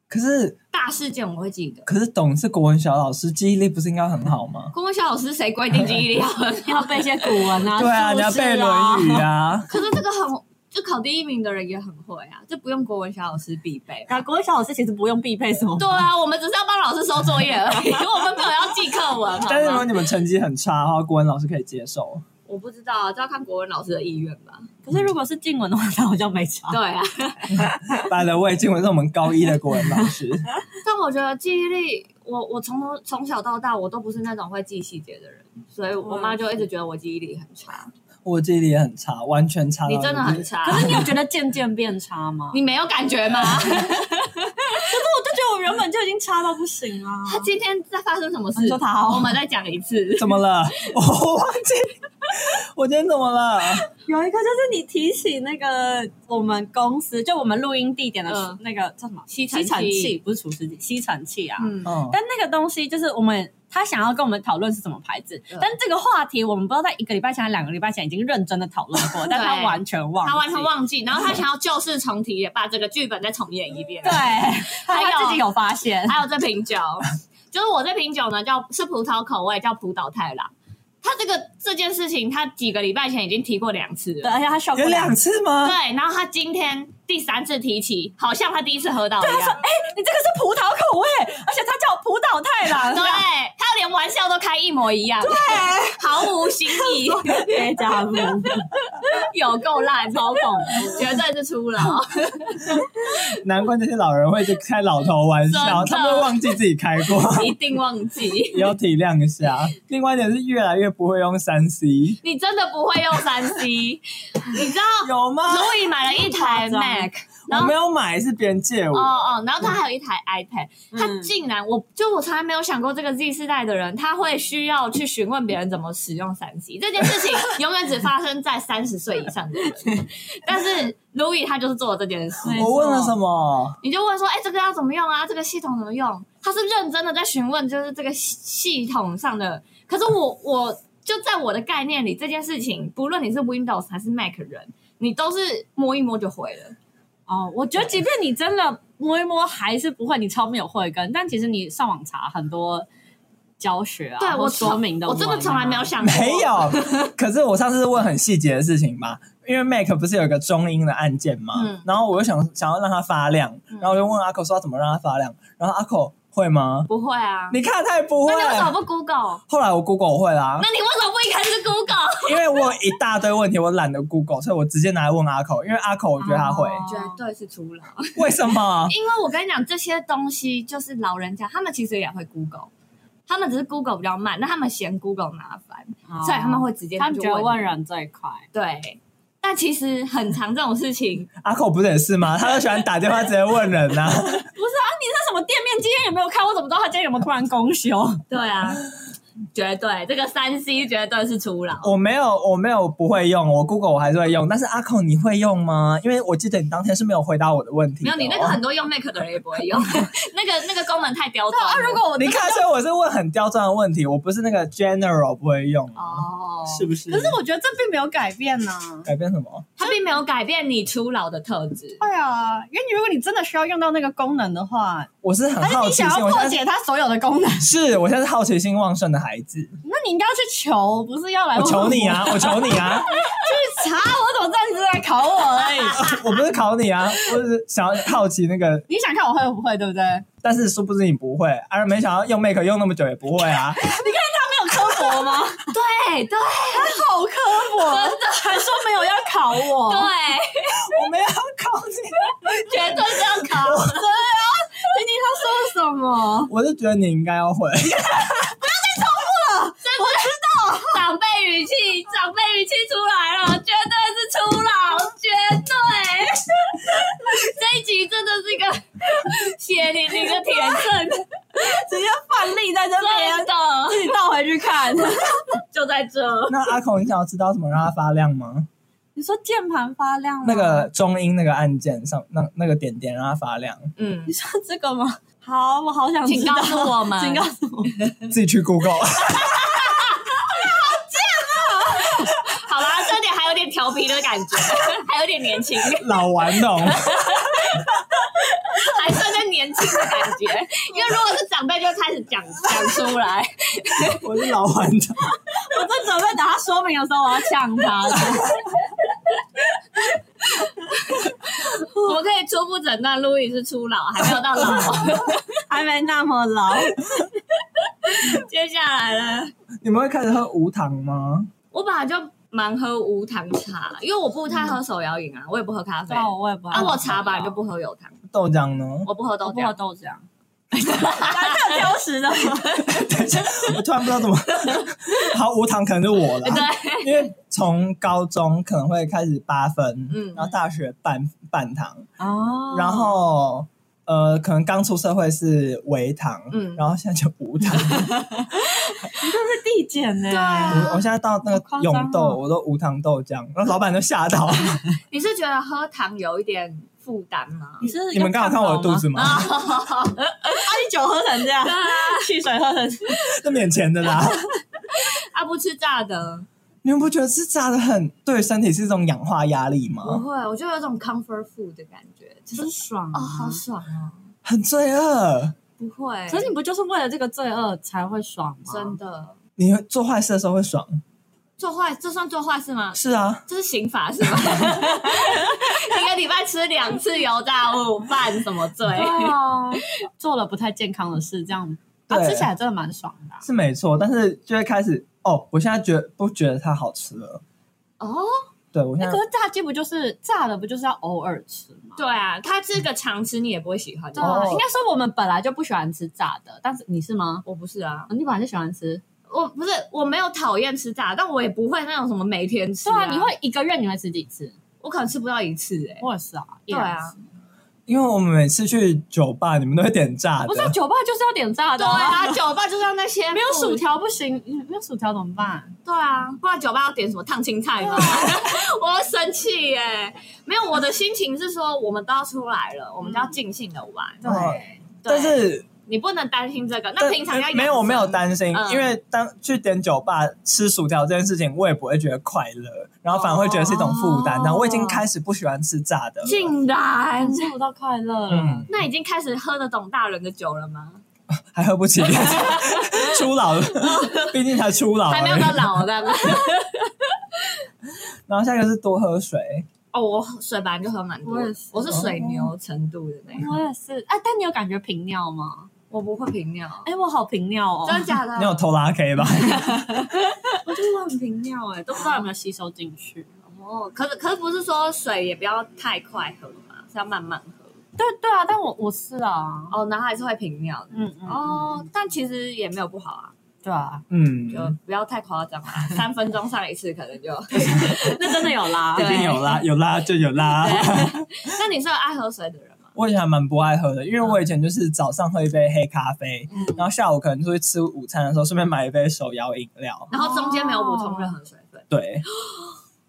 可是
大事件我会记得。
可是董是国文小老师，记忆力不是应该很好吗？
公文小老师谁规定记忆力好？
要背一些古文啊，
对啊，你要
数字
背《论语》 啊。
可是这个很，就考第一名的人也很会啊，这不用国文小老师必备。
啊。国文小老师其实不用必备什么，
对啊，我们只是要帮老师收作业而已，我们没有要记课文。好吗
但是如果你们成绩很差的话，国文老师可以接受。
我不知道啊，这要看国文老师的意愿吧。
可是如果是静文的话，那我就没差。
对啊，
by the way，金文是我们高一的国文老师，
但我觉得记忆力，我我从头从小到大我都不是那种会记细节的人，所以我妈就一直觉得我记忆力很差。
我记忆力也很差，完全差到
你真的
一
很
个
差
可，是你有觉得渐渐变差吗？
你没有感觉吗？
我就觉得我原本就已经差到不行啊。
他今天在发生什么事
你？说他
我
哦，
们再讲一次。
怎么了？ 我忘记，我今天怎么了？
有一个就是你提起那个我们公司就我们录音地点的
嗯
那个叫什么
吸尘
吸
器
尘器，不是除湿机，吸尘器啊。
嗯，
嗯，
但那个东西就是我们他想要跟我们讨论是什么牌子，
对
但这个话题我们不知道在一个礼拜前、两个礼拜前已经认真的讨论 过，但他完全忘，
他完全。忘记，然后他想要旧事重提，也把这个剧本再重演一遍。
对，他
还有
他自己有发现，
还有这瓶酒，就是我这瓶酒呢叫是葡萄口味，叫浦岛太郎。他这个这件事情，他几个礼拜前已经提过两次
对，
了。
而且他笑过
有两
次。
次吗？
对，然后他今天第三次提起，好像他哎第一次喝到一样。
你这个是葡萄口味，而且他叫葡萄太郎。
对， 他连玩笑都开一模一样，对，毫无新 意，
别加入。
有够烂，超恐怖，绝对是 出了。
难怪这些老人会去开老头玩笑，
真的
他们会忘记自己开过，
一定忘记。
也要体谅一下。另外一点是越来越不会用三 C，
你真的不会用三 C，你知 道
有吗？
卢宇买了一 台 Mac，然
我
后
没有买，是别人借我。
哦哦，然后他还有一台 iPad，、他
嗯
竟然我就我从来没有想过这个 Z 世代的人，他会需要去询问别人怎么使用三 C 这件 事情，永远只发生在三十岁以上的 人。但是 Louis 他就是做了这件事，
没错
我问了什么？
你就问说，哎、这个要怎么用啊？这个系统怎么用？他是认真的在询问，就是这个系系统上的。可是我我就在我的概念里，这件事情不论你是 Windows 还是 Mac 人，你都是摸一摸就会了。
哦，我觉得即便你真的摸一摸还是不会，你超没有慧根，但其实你上网查很多教学啊，
对
或
我
说明的
我
文啊，
真的从来没有想过，
没有。 可是我上次问很细节的事情嘛，因为 Mac 不是有一个中音的按键嘛，
嗯
然后我又想想要让它发亮，然后我就问阿口说要怎么让它发亮，然后阿口会吗？
不会啊。
你看他也不会
那。你为什么不 Google？
后来我 Google 我会啦
那，你为什么不一开始 Google？
因为我有一大堆问题，我懒得 Google，所以我直接拿来问阿口，因为阿口我觉得他会，
哦
对是除了，
为什么？
因为我跟你讲，这些东西就是老人家，他们其实也会 Google，他们只是 Google 比较慢，那他们嫌 Google 麻烦，
哦
所以他们会直接
他们
就
觉得
问
问人最快。
对。但其实很常这种事 情，
阿口不是也是吗？他就喜欢打电话直接问人啊 呐、
那什么店面今天有没有开？我怎么知道他今天有没有突然公 休？
对啊，绝对这个三 C 绝对是除老。
我没有，我没有不会用，我 Google 我还是会用，但是阿口你会用吗？因为我记得你当天是没有回答我的问题
没
的哦、
有你那个很多用 Mac 的人也不会用， 啊那个那个功能太刁钻了。
啊如果 我
你看，所以我是问很刁钻的问题，我不是那个 general 不会用，
哦，
是不是？
可是我觉得这并没有改变啊呢、
改变什么？
它并没有改变你初老的特质。
对啊，因为如果你真的需要用到那个功能的话，
我是很
还是
好
你
奇
想
心，
要
我
破
现在
解它所有的功能，
是我现在是好奇心旺盛的孩子，
那你应该要去求，不是要来
我
问
求你！啊，我求你啊，
去查我怎么知道你是在考我而已？
我不是考你啊，我只是想要好奇那个，
你想看我会不会，对不对？没
但是殊不知你不会，而没想到用 make 用那么久也不会 啊，
有科博吗？
对对
好科博，真的还说没有要考我，
哦对，
我没有考你，
绝对是要考。
听听他说了什么？
我是觉得你应该要会，
长辈语气，长辈语气出来了，绝对是初老，绝对。这一集真的是一个血淋淋的铁 证，
直接范例在这
真
边，
的
自己倒回去看。
就在在这。
那阿孔，你想要知道什么让它发亮吗？
你说键盘发亮吗？
那个中音那个按键上，那那个点点让它发亮，
嗯
你，说这个吗？好，我好想
请
知道
告诉我们，
请告诉我。
自己去 Google。
好啦，这点还有点调皮的感觉，还有点年轻，
老顽童，
还算在年轻的感觉。因为如果是长辈，就会开始讲讲出来。
我是老顽童。
我正准备等他说明的时候，我要呛他 了。
我们可以初步诊断，路易是初老，还没有到老。
还没那么老，
接下来呢，
你们会开始喝无糖吗？
我本来就蛮喝无糖茶，因为我不太喝手摇饮啊，我也不喝咖啡。
那我也不爱
啊，
喝。
我茶本来就不喝有糖，
豆浆呢？
我不喝
哦我
豆
不喝
浆。
豆浆。这挑食的，
等一下，我突然不知道怎么。好，无糖可能是我了，
哎对，
因为从高中可能会开始八分，
嗯
然后大学半半糖，
哦
然后呃，可能刚出社会是微糖，
嗯
然后现在就无糖。
是递减呢，
对啊
我我现在到那
好夸
个
张哦
永豆，我都无糖豆浆，然后老板都吓到。
你是觉得喝糖有一点负担吗？
你是
你们刚好看我的肚子
吗？
吗？
啊， 你酒喝成这样，汽水喝成这样，
这免钱的啦。
啊，不吃炸的，
你们不觉得吃炸的很对身体是一种氧化压力
不
吗？
会，我就有种 comfort food 的感觉，就是
真爽
哦，
啊
好爽哦，
很罪恶。
不会，
可是你不就是为了这个罪恶才会爽吗？
真的
你做坏事的时候会爽？
做坏，这算做坏事吗？
是啊，
这是刑法是吗？ 一个礼拜吃两次油炸物，犯什么罪？
对啊，做了不太健康的事，这样啊，
对
吃起来真的蛮爽的啊。
是没错，但是就会开始哦，我现在觉得不觉得它好吃了？
哦，
对我现
那
在
可是炸鸡不就是炸的，不就是要偶尔吃吗？
对啊，它这个常吃你也不会喜欢的。
对啊，
哦
应该说我们本来就不喜欢吃炸的，但是你是吗？哦
我不是啊，
你本来就喜欢吃，
我不是，我没有讨厌吃炸，但我也不会那种什么每天吃、
对啊，你会，一个月你会吃几次？
我可能吃不到一次哎、
我也是啊，
嗯对啊，
因为我们每次去酒吧，你们都会点炸
不是啊
的，
酒吧就是要点炸
对
的啊，
啊，酒吧就是要那些
没有薯
不，
条不行，嗯没有薯条怎么办？
对啊，不然酒吧要点什么烫青菜吗？
啊
我会生气耶、没有，我的心情是说，我们都要出来了，我们就
嗯
要尽兴的玩。
对
对
但是
你不能担心这个。那
但
平常要养
没有
生
没有担心，
嗯
因为当去点酒吧吃薯条这件事情，我也不会觉得快乐，然后反而会觉得是一种负担。
哦
然后我已经开始不喜欢吃炸的了，
竟然，
吃不到快乐了
嗯，
那已经开始喝得懂大人的酒了
哦
吗？
还喝不 起，初老了，毕竟才初老而已，
还没有到老的。
然后下一个是多喝水，
哦，我水本来就喝蛮多的，
我也是哦
我是水牛程度的那种，
我也是。哎，但你有感觉平尿吗？
我不会平尿，
哎，我好平尿哦，
真的假的？
你有偷拉 K 吧？
我就是很平尿哎、都
不知道有没有吸收进去。
哦，可是可是不是说水也不要太快喝嘛，是要慢慢喝。
对对啊，但我我是啊，
哦，然后还是会平尿的。
嗯嗯，
哦，
哦，
但其实也没有不好啊，
对啊，
嗯
就，不要太夸张 啦，三分钟上一次可能 就。
那真的有啦，
一
对
定 有啦，有啦就有啦。
那你是有爱喝水的人吗？
我以前还蛮不爱喝的，因为我以前就是早上喝一杯黑咖啡，
嗯
然后下午可能出去吃午餐的时候，顺便买一杯手摇饮料。
然后中间没有补充任何水分，
对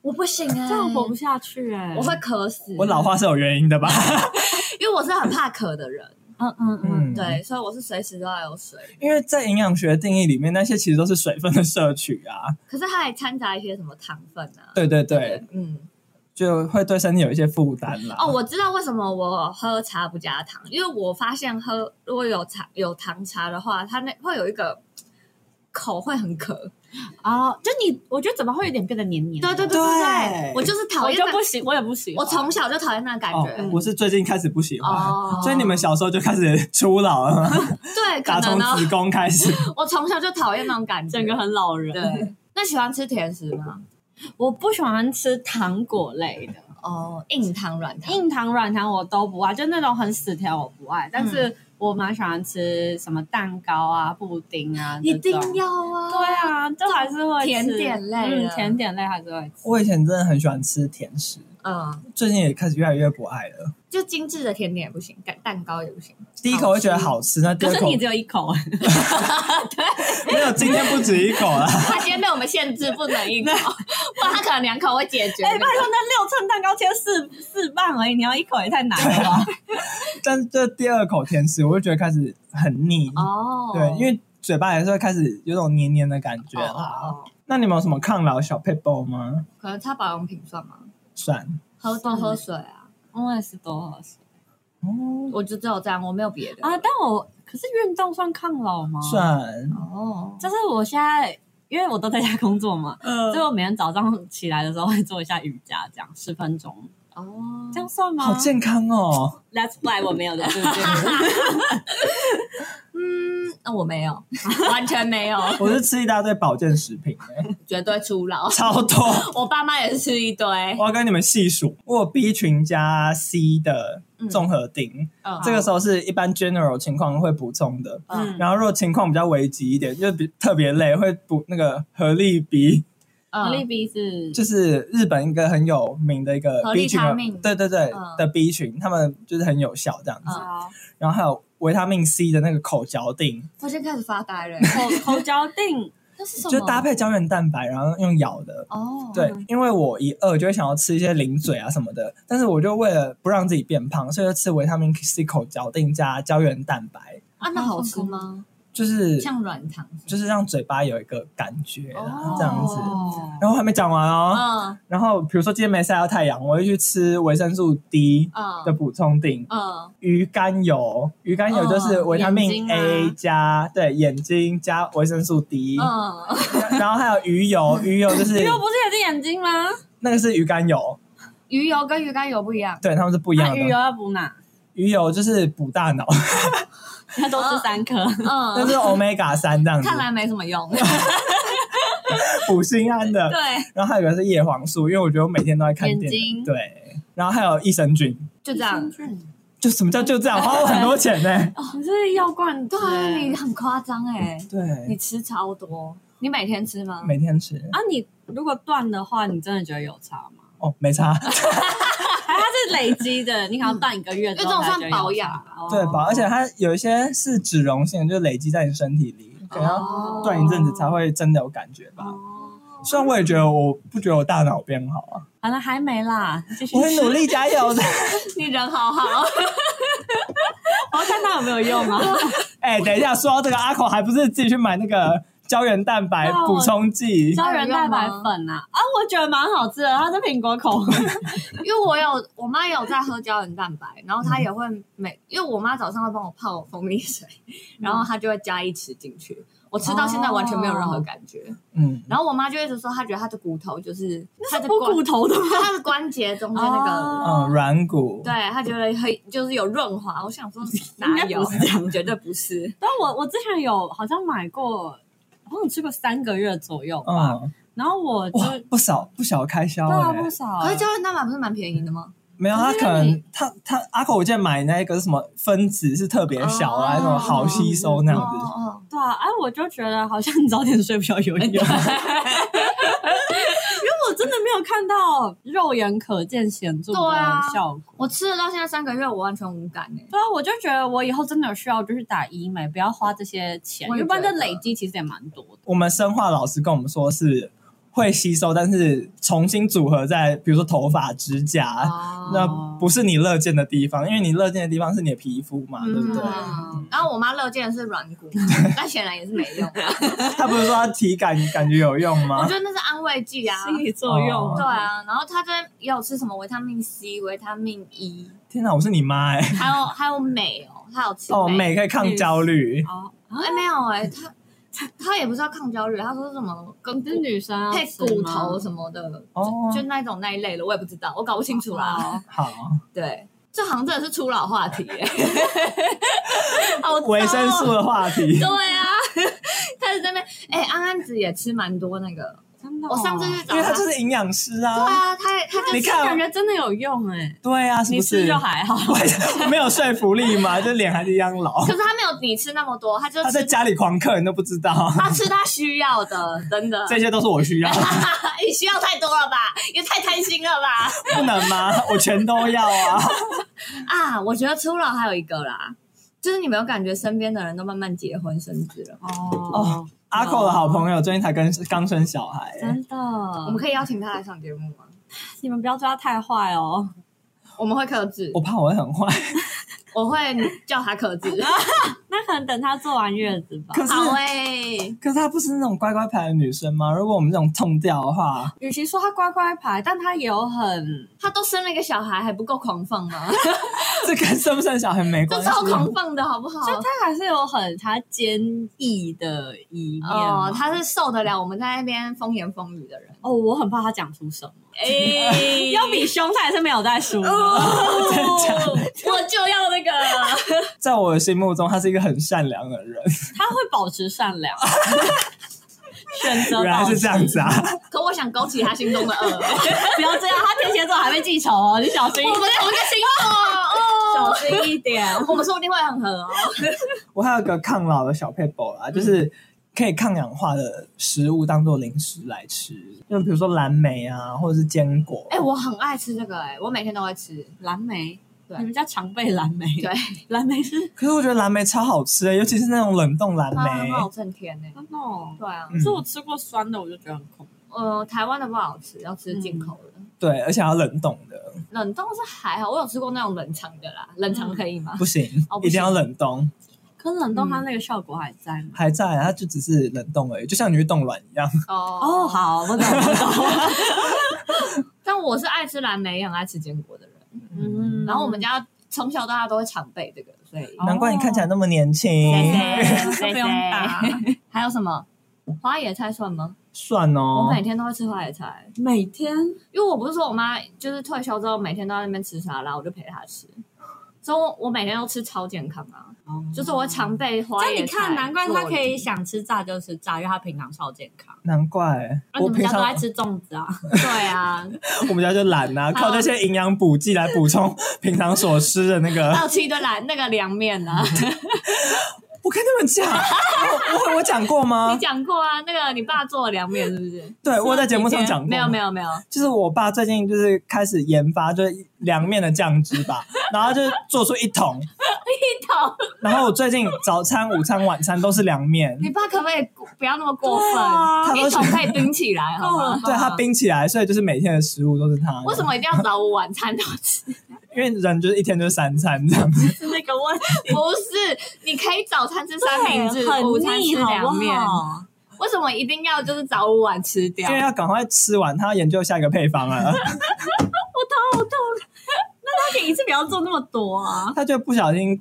我不行啊，
这样活不下去哎，
我会渴死。
我老，化是有原因的吧？
因为我是很怕渴的人，
嗯嗯嗯，
嗯，，
对，所以我是随时都要有水。
因为在营养学的定义里面，那些其实都是水分的摄取啊。
可是它还掺杂一些什么糖分啊？
对对对，，
嗯，
就会对身体有一些负担啦。
哦，我知道为什么我喝茶不加糖，因为我发现喝如果有茶有糖茶的话，它那会有一个口会很渴。
哦，就你，我觉得怎么会有点变得黏黏的？
对对对对，
对
我就是讨
我
厌
就
那
不，行，我也不行，
我从小就讨厌那感
哦
觉。
我是最近开始不喜欢，
哦
所以你们小时候就开始初老了吗？
对， 可
打
能哦
从
呢，
子宫 开始。
我从小就讨厌那种感觉。
整个很老人。
对。那喜欢吃甜食吗？
我不喜欢吃糖果类的，
哦，硬糖、软糖。
硬糖、软糖我都不爱，就那种很死条我不爱。但是我蛮喜欢吃什么蛋糕啊、布丁啊，
一定
这种。
要啊！
对，啊，就还是会吃
甜点类的
嗯，甜点类还是会吃。
我以前真的很喜欢吃甜食，
嗯，
最近也开始越来越不爱了。
就精致的甜点也不行，蛋蛋糕也不行。
第一口会觉得好吃，那第
可
二
是
口
你只有一口，
没有，今天不止一口啊啦。
他今天被我们限制，不能一口，不然他可能两口会解决。
哎，拜托，那六寸蛋糕切四四瓣而已，你要一口也太难了 吧？
但是这第二口甜食，我就觉得开始很腻，
哦，
对，因为嘴巴也是会开始有种黏黏的感觉
哦
啦。
哦哦
那你们有什么抗老小 p e b b l 吗？
可能擦保养品算吗？
算
喝多喝水啊，
我也是嗯多好吃
哦，
我就只有这样，我没有别的。
啊！但我可是运动算抗老吗？。
算，
哦，
就是我现在，因为我都在家工作嘛，
呃
所以我每天早上起来的时候会做一下瑜伽，这样十分钟，
哦，
这样算吗
好健康哦。
？That's why 我没有的，对 不对？
嗯，那我没 有，完全没有，
我是吃一大堆保健食品、 欸，
绝对初老。
超多。
我爸妈也是吃一堆，
我要跟你们细数，我有 B 群加 C 的综合定，
嗯
这个时候是一般 general 情况会补充的。
嗯
然后，如果情况比较危急一点，就比特别累，会补那个合力 B，
合
嗯
力 B 是
就是日本一个很有名的一个
合力
B 群
他
的
命，
对对对、
嗯
的 B 群，他们就是很有效这样子。
啊，
然后还有维他命 C 的那个口嚼定，
我现在开始发呆了。
口口嚼定，
那是什么？
就是搭配胶原蛋白，然后用咬的。
哦，
对，因为我一饿就会想要吃一些零嘴啊什么的，但是我就为了不让自己变胖，所以就吃维他命 C 口嚼定加胶原蛋白，
啊，那好吃吗？
就是
像软糖是吗
就是让嘴巴有一个感觉啦、
哦
这样子。
哦
然后还没讲完哦，
嗯
然后比如说今天没晒到太阳，我会去吃维生素 D 的
嗯
补充定，
嗯，
鱼肝油，鱼肝油就是维他命
嗯眼睛
A
啊
加对眼睛加维生素 D，
嗯，
然后还有鱼油，鱼油就是
鱼肉不是也是眼睛吗？
那个是鱼肝油，
鱼油跟鱼肝油不一样，
对，它们是不一样
那
的。
啊鱼油要补哪？
鱼油就是补大脑，
要多吃三颗。
那
嗯，
是 omega 三这样 子，
看来没什么 用。
补心安的。
对，
然后还有一个是叶黄素，因为我觉得我每天都在看
眼
电影。
睛
对，然后还有益生菌，
就这 样。
就什么叫就这样，花我很多钱呢、
你是药罐欸嗯
对
对
啊，你很夸张哎，你
对，
吃超多，你每天吃吗？
每天吃
啊，你如果断的话，你真的觉得有差吗？
哦，没差，
还它是累积的，你可能断一个月之
因为这
后
种
才
算
觉得有差，
保养哦
哦
对吧？而且它有一些是脂溶性的，就累积在你身体里，可能要
哦
断一阵子才会真的有感觉
哦
吧。虽然我也觉得我不觉得我大脑变好啊，
好了，还没啦，继续
我会努
力。
力加油的。
你人好好，
我要看它有没有用 啊。
哎、等一下，说到这个，阿口还不是自己去买那个胶原蛋白
哦
补充剂？
胶原蛋白粉啊，啊，我觉得蛮好吃的，它是苹果口味。
因为我有我妈有在喝胶原蛋白，然后她也会每，因为我妈早上会帮我泡蜂蜜水，
嗯
然后她就会加一匙进去。我吃到现在完全没有任何感
哦
觉，
嗯，
然后我妈就一直说，她觉得她的骨头就是她 的
剥骨
关，
头的吗？
她的关节中间那个
哦
嗯，软骨。
对他觉得很就是有润滑，我想说
应
哪
该
有
不是这，
绝对不是。
但我我之前有好像买过，好像吃过三个月左右吧。
嗯，
然后我就
哇
对，
不少不小开销
啊
哎、
不少
可
欸、
是胶原蛋白不是蛮便宜的吗？
没有，他
可是
可能
你
他他阿口，我记得买那个是什么分子是特别小啊，
哦
那种好吸收那
哦
样子。
哦，
对啊，哎、我就觉得好像你早点睡比较有用，因为我真的没有看到肉眼可见显著的
对啊
效果。
我吃了到现在三个月，我完全无感哎。
对啊，我就觉得我以后真的有需要，就是打医美，不要花这些钱，
我也
要不然
觉
这
得
累积其实也蛮多的。
我们生化老师跟我们说是会吸收，但是重新组合在比如说头发、指甲，
哦
啊那不是你乐见的地方，因为你乐见的地方是你的皮肤嘛，对不对？
嗯然后我妈乐见的是软 骨，但显然也是没 用。
啊他不是说他体感感觉有用
我
吗
觉？得那是安慰剂啊。
心理作用
哦
对啊，然后她这边也有吃什么维他命 C、维他命 E，
天哪，我是你妈哎、
还有还有镁哦，还有吃
哦，美可以抗焦虑，
哦，啊
哎没有哎，她她也不是要抗焦虑，她说是什么跟
就是女生要
配
吃
骨
吗
头什么的，
哦
就就那一种那一类的，我也不知道，我搞不清楚啦。
哦
好，
对，这好像真的是初老话题耶， 好糟哦
维 生素。的话题
对啊，开始在那边，哎、安安子也吃蛮多那个
真的哦
我上次去找
因为他
他，
就是营养师
对
啊，
啊，他他就
你
是
看
感觉真的有用哎、
对啊，是
欸你
不是
吃就 还好。
我没有说服力嘛，就脸还是一样老
可。是他没有你吃那么多，他就
他在
吃
家里狂嗑，你都不知道，
他吃他需要的，真的。
这些都是我需要，
你需要太多了吧？也太贪心了吧？
不能吗？ 我全都 要啊！
啊，我觉得初老还有一个啦，就是你没有感觉身边的人都慢慢结婚生子了吗？
哦，
阿寇的好朋友最近才跟刚生小孩，
真的，
我们可以邀请他来上节目吗？
你们不要对他太坏哦。
我们会克制
我，怕我会很坏。
我会叫他克制。
那可能等他做完月子吧。
可是，
好欸诶、
可是她不是那种乖乖牌的女生吗？如果我们这种痛掉的话，
与其说他乖乖牌，但他也有很
他都生了一个小孩，还不够狂放吗？
这跟生不生小孩没
这
关系。啊
超狂放的好不好？
就他还是有很他坚毅的一面嘛
哦，他是受得了我们在那边风言风语的 人。
哦，我很怕他讲出什么。
哎、
要比凶，他也是没有在输的。
我就要那个，
在我的心目中，她是一个很善良的人。
他会保持善良，选择
原来
保
是
持
这样子啊！
可我想勾起他心中的恶。
不要这样，他天蝎座还会记仇哦，你小心
我们同一个星座
小
哦，
心一点。
我们说不定会很合哦。
我还有个抗老的小 paper
嗯
啦，就是可以抗氧化的食物当做零食来吃，就比如说蓝莓啊，或者是坚果。
哎、我很爱吃这个、哎，我每天都会吃。
蓝莓，
对
你们家常备蓝莓，
对，
蓝莓是
可是我觉得蓝莓超好吃、欸，尤其是那种冷冻蓝
它很
莓。
好正甜呢、哎
真的哦。
对啊，
嗯
可是我吃过酸的，我就觉得很恐怖。
呃，台湾的不好吃，要吃进口的。
对，而且要冷冻的，
冷冻是还好，我有吃过那种冷藏的啦，冷藏可以吗？
不行，
哦不行
一定要冷冻。
可是冷冻它那个效果还在吗？
还在、啊，它就只是冷冻而已，就像你去冻卵一样。
哦
哦，，好，我懂，我懂。
但我是爱吃蓝莓，也很爱吃坚果的人。
嗯
然后我们家从小到大都会常备这个，所以
哦
难怪你看起来那么年轻。
都不用打。
还有什么花野菜算吗？
算
我
哦
每，天都会吃花野菜，
每天
因为我不是说我妈就是退休之后每天都在那边吃沙拉，我就陪她吃。所以我我每天都吃超健康啊，就是我会
哦
常备花
那
野菜。
你看，难怪他可以
做
想吃炸就吃炸，因为他平常超健康。
难怪
啊
那你
我
们
平
家都
常
在吃粽子啊？
我对啊，
我们家就 懒啊，
哦
靠这些营养补剂来补充 平常所吃的那个。
到期的来那个凉面 啊，
我跟你们讲，我我我讲过
你
吗？
讲过啊，那个你爸做的凉面是不是？
对，我在节目上讲过。
没有没，有没 有，
就是我爸最近就是开始研发就是凉面的酱汁吧，然后就做出一桶。
一头，
然后我最近早餐、午餐、晚餐都是凉面，
你爸可不可以不要那么过分？
对啊
他都
一
是
桶可以冰起来，哦好
够了
吗
吧？
对它冰起来，所以就是每天的食物都是它。
为什？么一定要找我晚餐都 吃？
因为人就是一天就是三餐这样子。
是那个问题，
不是，你可以早餐吃三明治，
很
午餐
腻，
吃
好不
凉面，
好？啊
为什么一定要就是早午晚吃掉
因？为要赶快吃完，他要研究下一个配方啊 了。
他可以一次不要做那么多啊。
他就不小心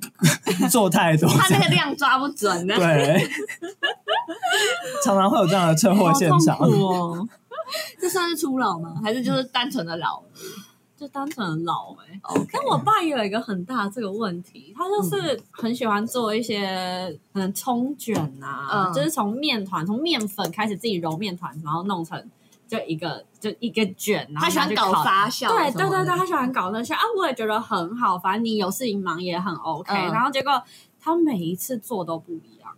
做太多，
他那个量抓不准的，
对，常常会有这样的车祸现场
好。痛苦哦，
这算是初老吗？还是就是单纯的老？
就单纯很老哎、但我爸也有一个很大的这个问题，他
嗯
就是很喜欢做一些可能葱卷啊，
嗯
就是从面团从面粉开始自己揉面团，然后弄成就一个就一个卷，然后
他喜
拿
欢
去
搞
烤
发酵，
对对对对，，他喜欢搞那些啊，我也觉得很好，反正你有事情忙也很 OK、
嗯
然后结果他每一次做都不一 样，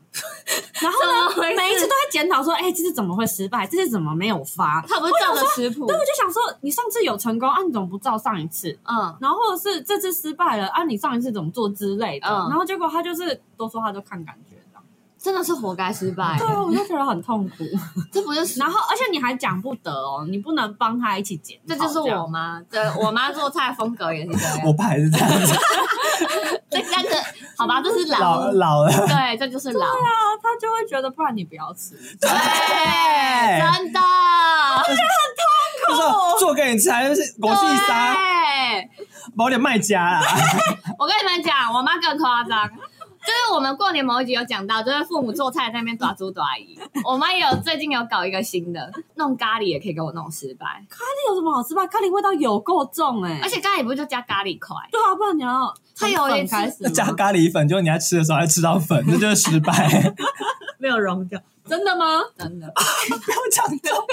然后
怎么
呢
回，事
每一次都在检讨说，哎、这次怎么会失败？这次怎么没有发？
他不是照着食谱
对，，我就想说，你上次有成功啊，你怎么不照上一次？
嗯，
然后或者是这次失败了啊，你上一次怎么做之类的？
嗯
然后结果他就是都说他就看感觉这样。
真的是活该失败
对，啊，我就觉得很痛 苦。
这不是。
然后而且你还讲不得哦，你不能帮他一起检讨
这
样，
就是我妈，对我妈做菜风格也是这样
我。爸也是这样子，
这但是好吧，这是
老
老，
老了，
对，这就是老，
啊，他就会觉得不然你不要吃。
对，真的，
就是哎说做给你吃，还就是国际沙，
对。
某点卖 家啊，
我跟你们讲，我妈更夸张，就是我们过年某一集有讲到，就是父母做菜在那边抓猪抓姨。我妈也有最近有搞一个新的，弄咖喱也可以给我弄失败，
有什么好吃吧？咖喱味道有够重哎、
而且咖喱不就加咖喱块？
对啊，不然你要
它有
从
一
粉开始吗
加咖喱粉，结果你在吃的时候还吃到粉，这就 是失败。
没有融掉，真的吗？
真的，
不要讲到，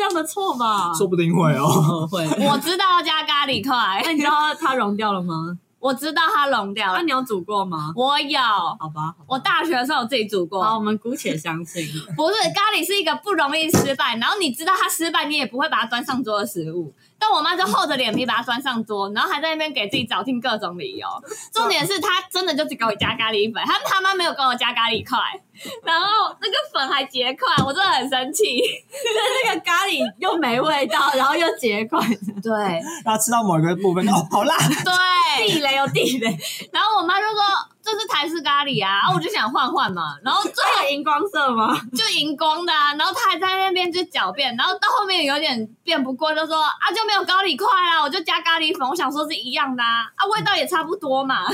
样的错吧？
说不定会哦。
我会。
我知道要加咖喱块，
那你知道它融掉了吗？
我知道它融掉
那、
了。
啊你有煮过吗？
我有，
好吧，
我大学的时候有自己煮过。
好，我们姑且相信。
不是咖喱是一个不容易失败，然后你知道它失败，你也不会把它端上桌的食物。但我妈就厚着脸皮把它端上桌，然后还在那边给自己找尽各种理由。重点是她真的就只给我加咖喱粉，她他妈没有给我加咖喱块，然后那个粉还结块，我真的很生气。
那个咖喱又没味道，然后又结 块，
对
然后吃到某一个部分，哦，好辣！
对，
地雷有地雷，
然后我妈就说这是台式咖喱啊，啊我就想换换嘛，然后最
这有荧光色吗？
就荧光的、啊，然后她还在那边就狡辩，然后到后面有点辩不过，就说啊就没有咖喱块啊啦，我就加咖喱粉，我想说是一样的啊，啊味道也差不多嘛，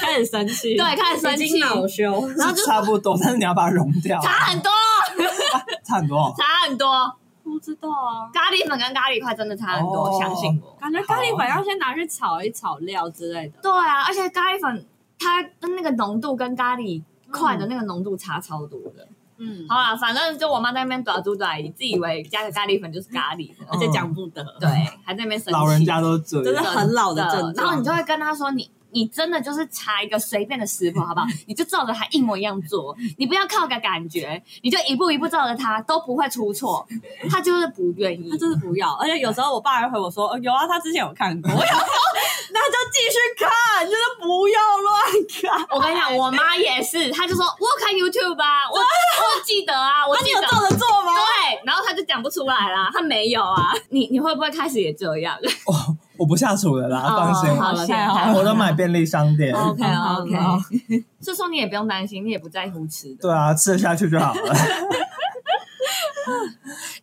开始生气，
对，开始生
已
气
经，恼羞。
然后就是
差 不多，但是你要把它融掉，
差很多，
差很多。
差很多，
不知道啊，
咖喱粉跟咖喱块真的差很多，
哦
相信我。
感觉咖喱
啊
粉要先拿去炒一炒料之类的。
对啊，而且咖喱粉它的那个浓度跟咖喱块的那个浓度差超多的。
嗯，
好啦，反正就我妈在那边短猪短姨，自以为加个咖喱粉就是咖喱，
而且讲不得，
对，还在那边生气。
老人家都这
真
样
的，很老的症状
然后你就会跟她说你。你真的就是查一个随便的食谱，好不 好？你就照着它一模一样做，你不要靠个感觉，你就一步一步照着它，都不会出错。她就是不愿意
他，就是不要。而且有时候我爸还回我说：“哦，有啊，他之前有看过。”我 想说，那就继续看，就是不要乱看。
我跟你讲，我妈也是，她就说我有看 YouTube 啊， 我我记得啊，我
啊，
记
你
得
有。照着做吗？
对，然后她就讲不出来啦，她没有啊。你你会不会开始也这 样？
我不下厨了啦，放心，
哦好
了
了，
太好
我都买便利商店。
OK OK，
OK，OK 这时候你也不用担心，你也不在乎吃的。
对啊，吃得下去就好了。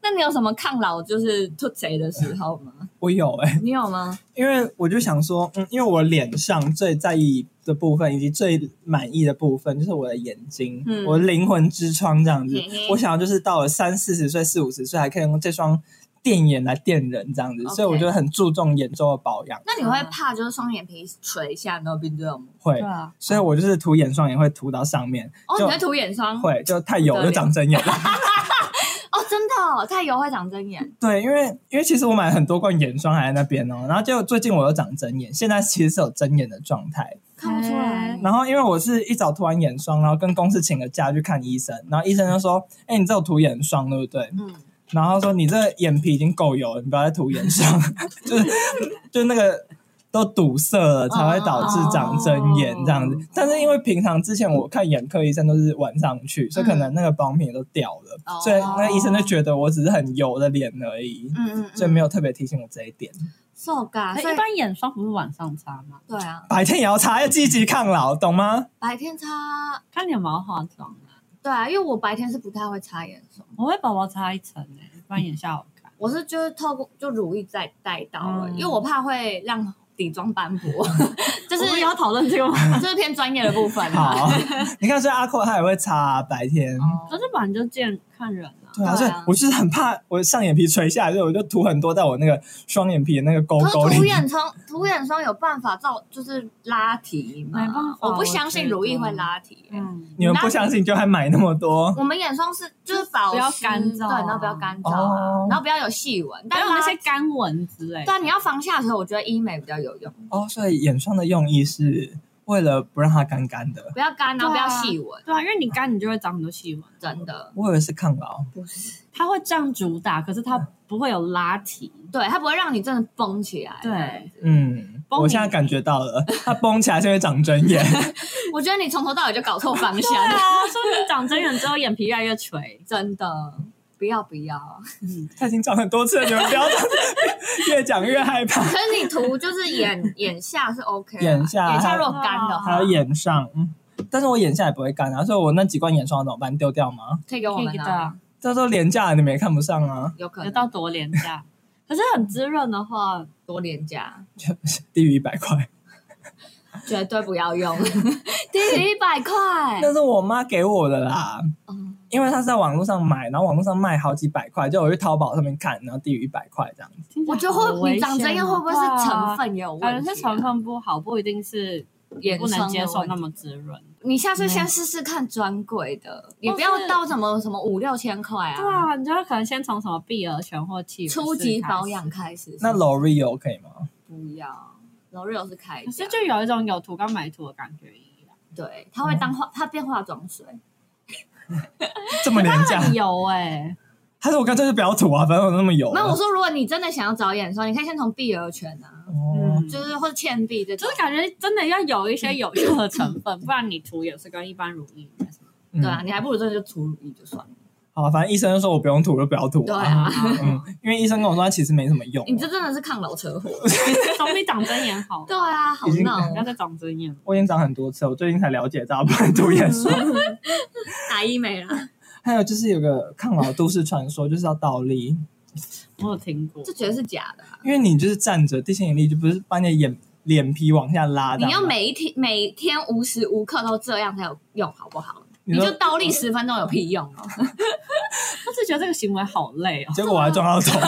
那你有什么抗老就是吐贼的时候吗？
我有哎、
你有吗？
因为我就想说，嗯，因为我脸上最在意的部分，以及最满意的部分，就是我的眼睛，
嗯
我的灵魂之窗这样子
嘿嘿。
我想要就是到了三四十岁、四五十岁，还可以用这双电眼来电人这样子
OK
所以我就很注重眼周的保养，
那你
嗯
会怕就是双眼皮垂下然后变这样吗？
会，
啊，
所以我就是涂眼霜也会涂到上面，
哦，
就
你会涂眼霜？
会就太油
不得
就
了
长针眼了。
哦，真的哦，太油会长针眼。
对，因为因为其实我买了很多罐眼霜还在那边哦，然后结果最近我又长针眼，现在其实是有针眼的状态。
看不出
哎
来
然后因为我是一早涂完眼霜，然后跟公司请个假去看医生，然后医生就说：“哎、你这有涂眼霜对不对？”
嗯
然后他说：“你这眼皮已经够油了，你不要再涂眼霜， 就是就那个都堵塞了，才会导致长针眼这
哦
样子。但是因为平常之前我看眼科医生都是晚上去，所以可能那个保养品也都掉了，
哦
所以那个医生就觉得我只是很油的脸而已。
嗯嗯嗯，
所以没有特别提醒我这一点，
瘦感，所以
哎一般眼霜不是晚上擦吗？
对啊，
白天也要擦，要积极抗老，懂吗？
白天擦，
看你有没有化妆啊，
对啊，因为我白天是不太会擦眼霜，
我会薄薄擦一层诶、不然眼下好看。
我是就是透过就乳液再带到了，
嗯
因为我怕会让底妆斑 驳，就
我嗯
是
们要讨论这个吗？
这是偏专业的部分啊。
好，你看，所以阿寇他也会擦、啊白天。
哦
可是本 来就见看人啊。
对啊，所
对
以
啊
我就是很怕我上眼皮垂下来，所以我就涂很多在我那个双眼皮的那个沟沟
可是
里
涂
面。
眼霜，涂眼霜有办法造就是拉提吗？
没办法
我不相信乳液会拉提、欸
嗯，
你们不相信就还买那么 多
我们眼霜是就是保湿
不要干燥啊
对，然后不要干燥啊，
哦
然后不要有细纹，
还
但
有
是
那些干欸纹之类的。
对啊，你要防下垂，我觉得医美比较有用，
哦，所以眼霜的用意是为了不让它干干的。
不要干，然后不
对啊
要细纹，
对啊，因为你干，你就会长很多细纹。
真的。
我以为是抗老，
它会这样主打，可是它不会有拉提。
对，它不会让你真的绷起来。
对，
嗯，
绷
我现在感觉到了，它绷起来是因为长针眼。
我觉得你从头到尾就搞错方向
对， 啊，说明长真眼之后眼皮越来越垂。
真的。不要不要，
它已经长很多次了，你们不要 越讲越害怕。
可是你涂就是 眼眼下是 OK，的
眼下
眼下
还有
如果干的
还
话
有，眼上，嗯但是我眼下也不会干啊，所以我那几罐眼霜怎么办？丢掉吗？
可以给我们拿，
的，
这都廉价，你们也看不上啊，
有可
有
能
到多廉价。可是很滋润的话，
多廉价，
低于一百块。
绝对不要用， 低于一百 块。
那是我妈给我的啦，
嗯
因为她是在网络上买，然后网络上卖好几百块，就我去淘宝上面看，然后低于一百块这样子。
听起来
我觉得
好
会，
危
你长这样
险哦
会不会
对啊
是成分也有问
感
题
觉
啊？
是成分不好，不一定是
衍
不能
生
接
的
受
问
那
题
么滋润。
你下次先试试看专柜的，也不要到什么什么五六千块啊。
哦对，啊，你就可能先从什么碧螺旋或气
初级保，养开始。
那 L'Oreal 可 以吗？
不要，L'Oreal 是开
可
价
是，就有一种有图跟没图的感觉一 样。
对，它会当化，它变化妆水。
这么廉 价？
有哎、
他说我干脆就不要涂啊，反正我那么油了。
那我说，如果你真的想要找眼霜，你可以先从碧螺泉啊，
哦，
就
就是是或者倩碧这
嗯就
种
是。感觉真的要有一些有效的成分，不然你涂也是跟一般乳液没什么
嗯
对啊，，你还不如真的就涂乳液就算了。
好，反正医生就说我不用涂就不要涂
对
啊。
啊，
嗯，因为医生跟我说他其实没什么用啊。
你这真的是抗老车祸。
总比长针眼好。
对啊，好
已经
闹
不要
哦，
再长针眼了。
我已经长很多次了，我最近才了解到不能涂 眼霜。
打医美啦，
还有就是有个抗老都市传说，就是要倒立，
我有听过，
就觉得是假的啊。
因为你就是站着，地心引力就不是把你的眼脸皮往下拉的。
你要每一天每天无时无刻都这样才有用，好不好？
你
你就
说，
倒立十分钟有屁用哦？
我只觉得这个行为好累哦。
结果我还撞到头，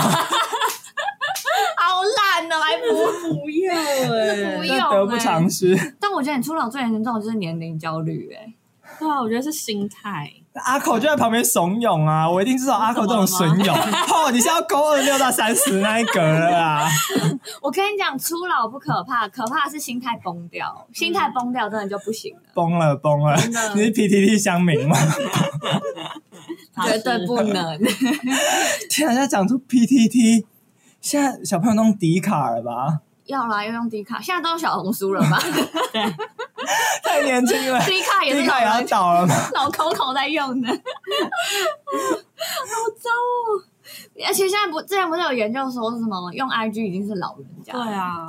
好懒哦，还不
不要 哎
不
这
用欸
得不偿失。
但我觉得你初老最严重的就是年龄焦虑、欸，哎，
对啊，我觉得是心态。
阿口就在旁边怂恿啊，我一定知道阿口这种损友。哦，你是要勾二六到三十那一格了啊？
我跟你讲，初老不可怕，可怕的是心态崩掉，心态崩掉真的就不行了，
崩了崩了，
真的
你是 PTT 乡民吗？
嗯绝对不能。
天啊，现在讲出 PTT，现在小朋友弄迪卡了吧？
要啦，要用迪卡，现在都用小红书了 吧？
太年轻了，
迪 卡也
迪
是老
卡也要
人
倒了吗？
老 Coco 在用的，好 糟哦！而且现在不，之前不是有研究说什么用 IG 已经是老人家，
对，啊，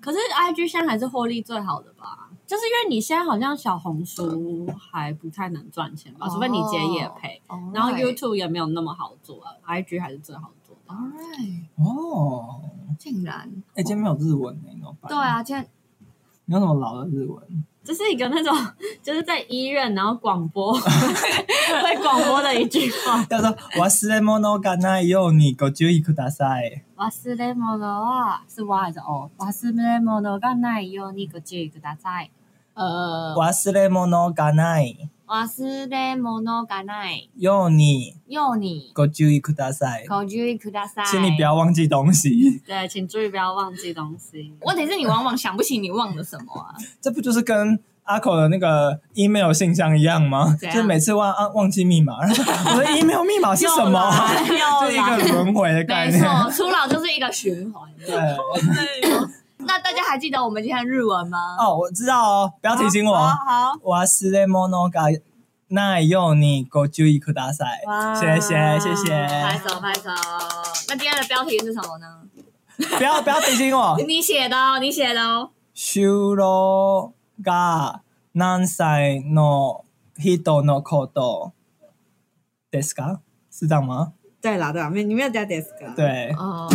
可是 IG 现在还是获利最好的吧？ 就是因为你现在好像小红书还不太能赚钱吧，
哦
除非你接业配，
哦
然后 YouTube 也没有那么好做啊，IG 还是最好做的。
，Alright，
哦，
竟然，
哎、今天没有日文那种。
对，啊，今天
没有什么老的日文。
这是一个那种就是在医院然后广 播在广播的一句话，
叫做“忘れ物がないようにご注意ください
瓦斯雷莫诺啊，是哇还是哦？瓦斯雷莫诺干奈哟，你个这个大赛，”。
呃，
忘れ物がない
瓦斯雷莫诺嘎奈
ように
用你
ご注意ください。
口诀ください。
请你不要忘记东西。
对，请注意不要忘记东西。
问题是你往往想不起你忘了什么 啊？
这不就是跟阿口的那个 email 信箱一样吗？
怎
就
样
是每次忘啊忘记密码，然后说我的 email 密码是什么啊？
又
就一个轮回的概
没
念。
错，初老就是一个循环。
对，
那大家还记得我们今天的日文吗？
哦，我知道哦，不要提醒
好
我。
好，
忘れ物がないようにご注意ください。
哇
谢谢谢谢
拍手拍手。那今天的标题是什么呢？
不要不要提醒我。
你写的哦，你写的哦。
就老が何歳の人のことですか？是这样吗？
对啦对啦，没你没有加 desk，啊，
对，
哦，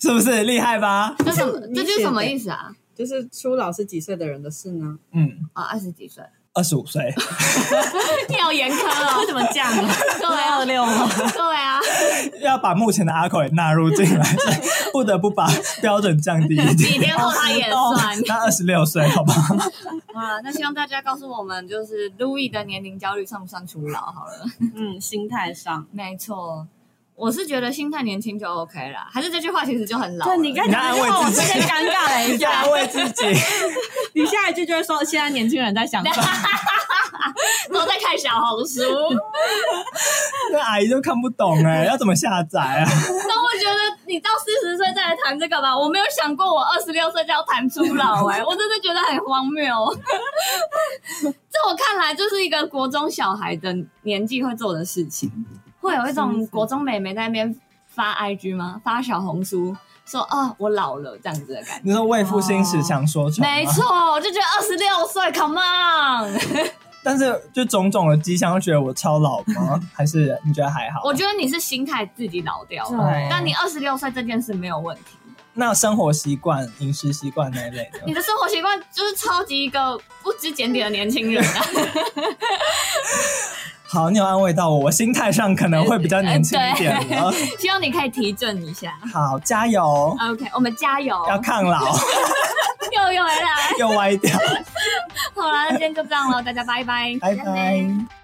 是不是厉害吧？
这什么？
你
这
写的
句什么意思啊？
就是初老是几岁的人的事呢？
嗯，
哦，二十几岁，
二十五岁，
你好严苛哦。
为什么这样啊？
对啊，
六吗？
对啊，
要把目前的阿口也纳入进来，所以不得不把标准降低一
几
点。哦
天后他也算。
那二十六 岁，好吧？
哇，那希望大家告诉我们，就是 Louis 的年龄焦虑算不算初老？好了。
嗯，心态上。
没错，我是觉得心态年轻就 OK 啦。还是这句话其实就很老了。
对，你刚才
你要安
讲这
慰
句话，我
自己
瞬间尴尬了
要
一下
安。慰自己，
你下一句就会说，现在年轻人在想什么？
都在看小红 书，
那阿姨就看不懂哎、要怎么下载啊？
但我觉得你到四十岁再来谈这个吧，我没有想过我二十六岁就要谈初老哎、我真的觉得很荒谬。 这我看来就是一个国中小孩的年纪会做的事情，会有一种国中美眉在那边发 IG 吗？发小红书说啊我老了这样子的感觉。
你说为赋新词强说愁吗，
没错，我就觉得二十六岁，Come on！
但是就种种的迹象，会觉得我超老吗？还是你觉得还好？
我觉得你是心态自己老掉了，
对
但你二十六岁这件事没有问题。
那生活习惯、饮食习惯那一类的，
你的生活习惯就是超级一个不知检点的年轻人 啊！
好，你有安慰到我，我心态上可能会比较年轻一点了。
希望你可以提振一 下。
好，加油，
OK，我们加油，
要抗老，
又又回来。
又歪掉。
好头啦，那今天就这样了，大家拜拜。
拜拜。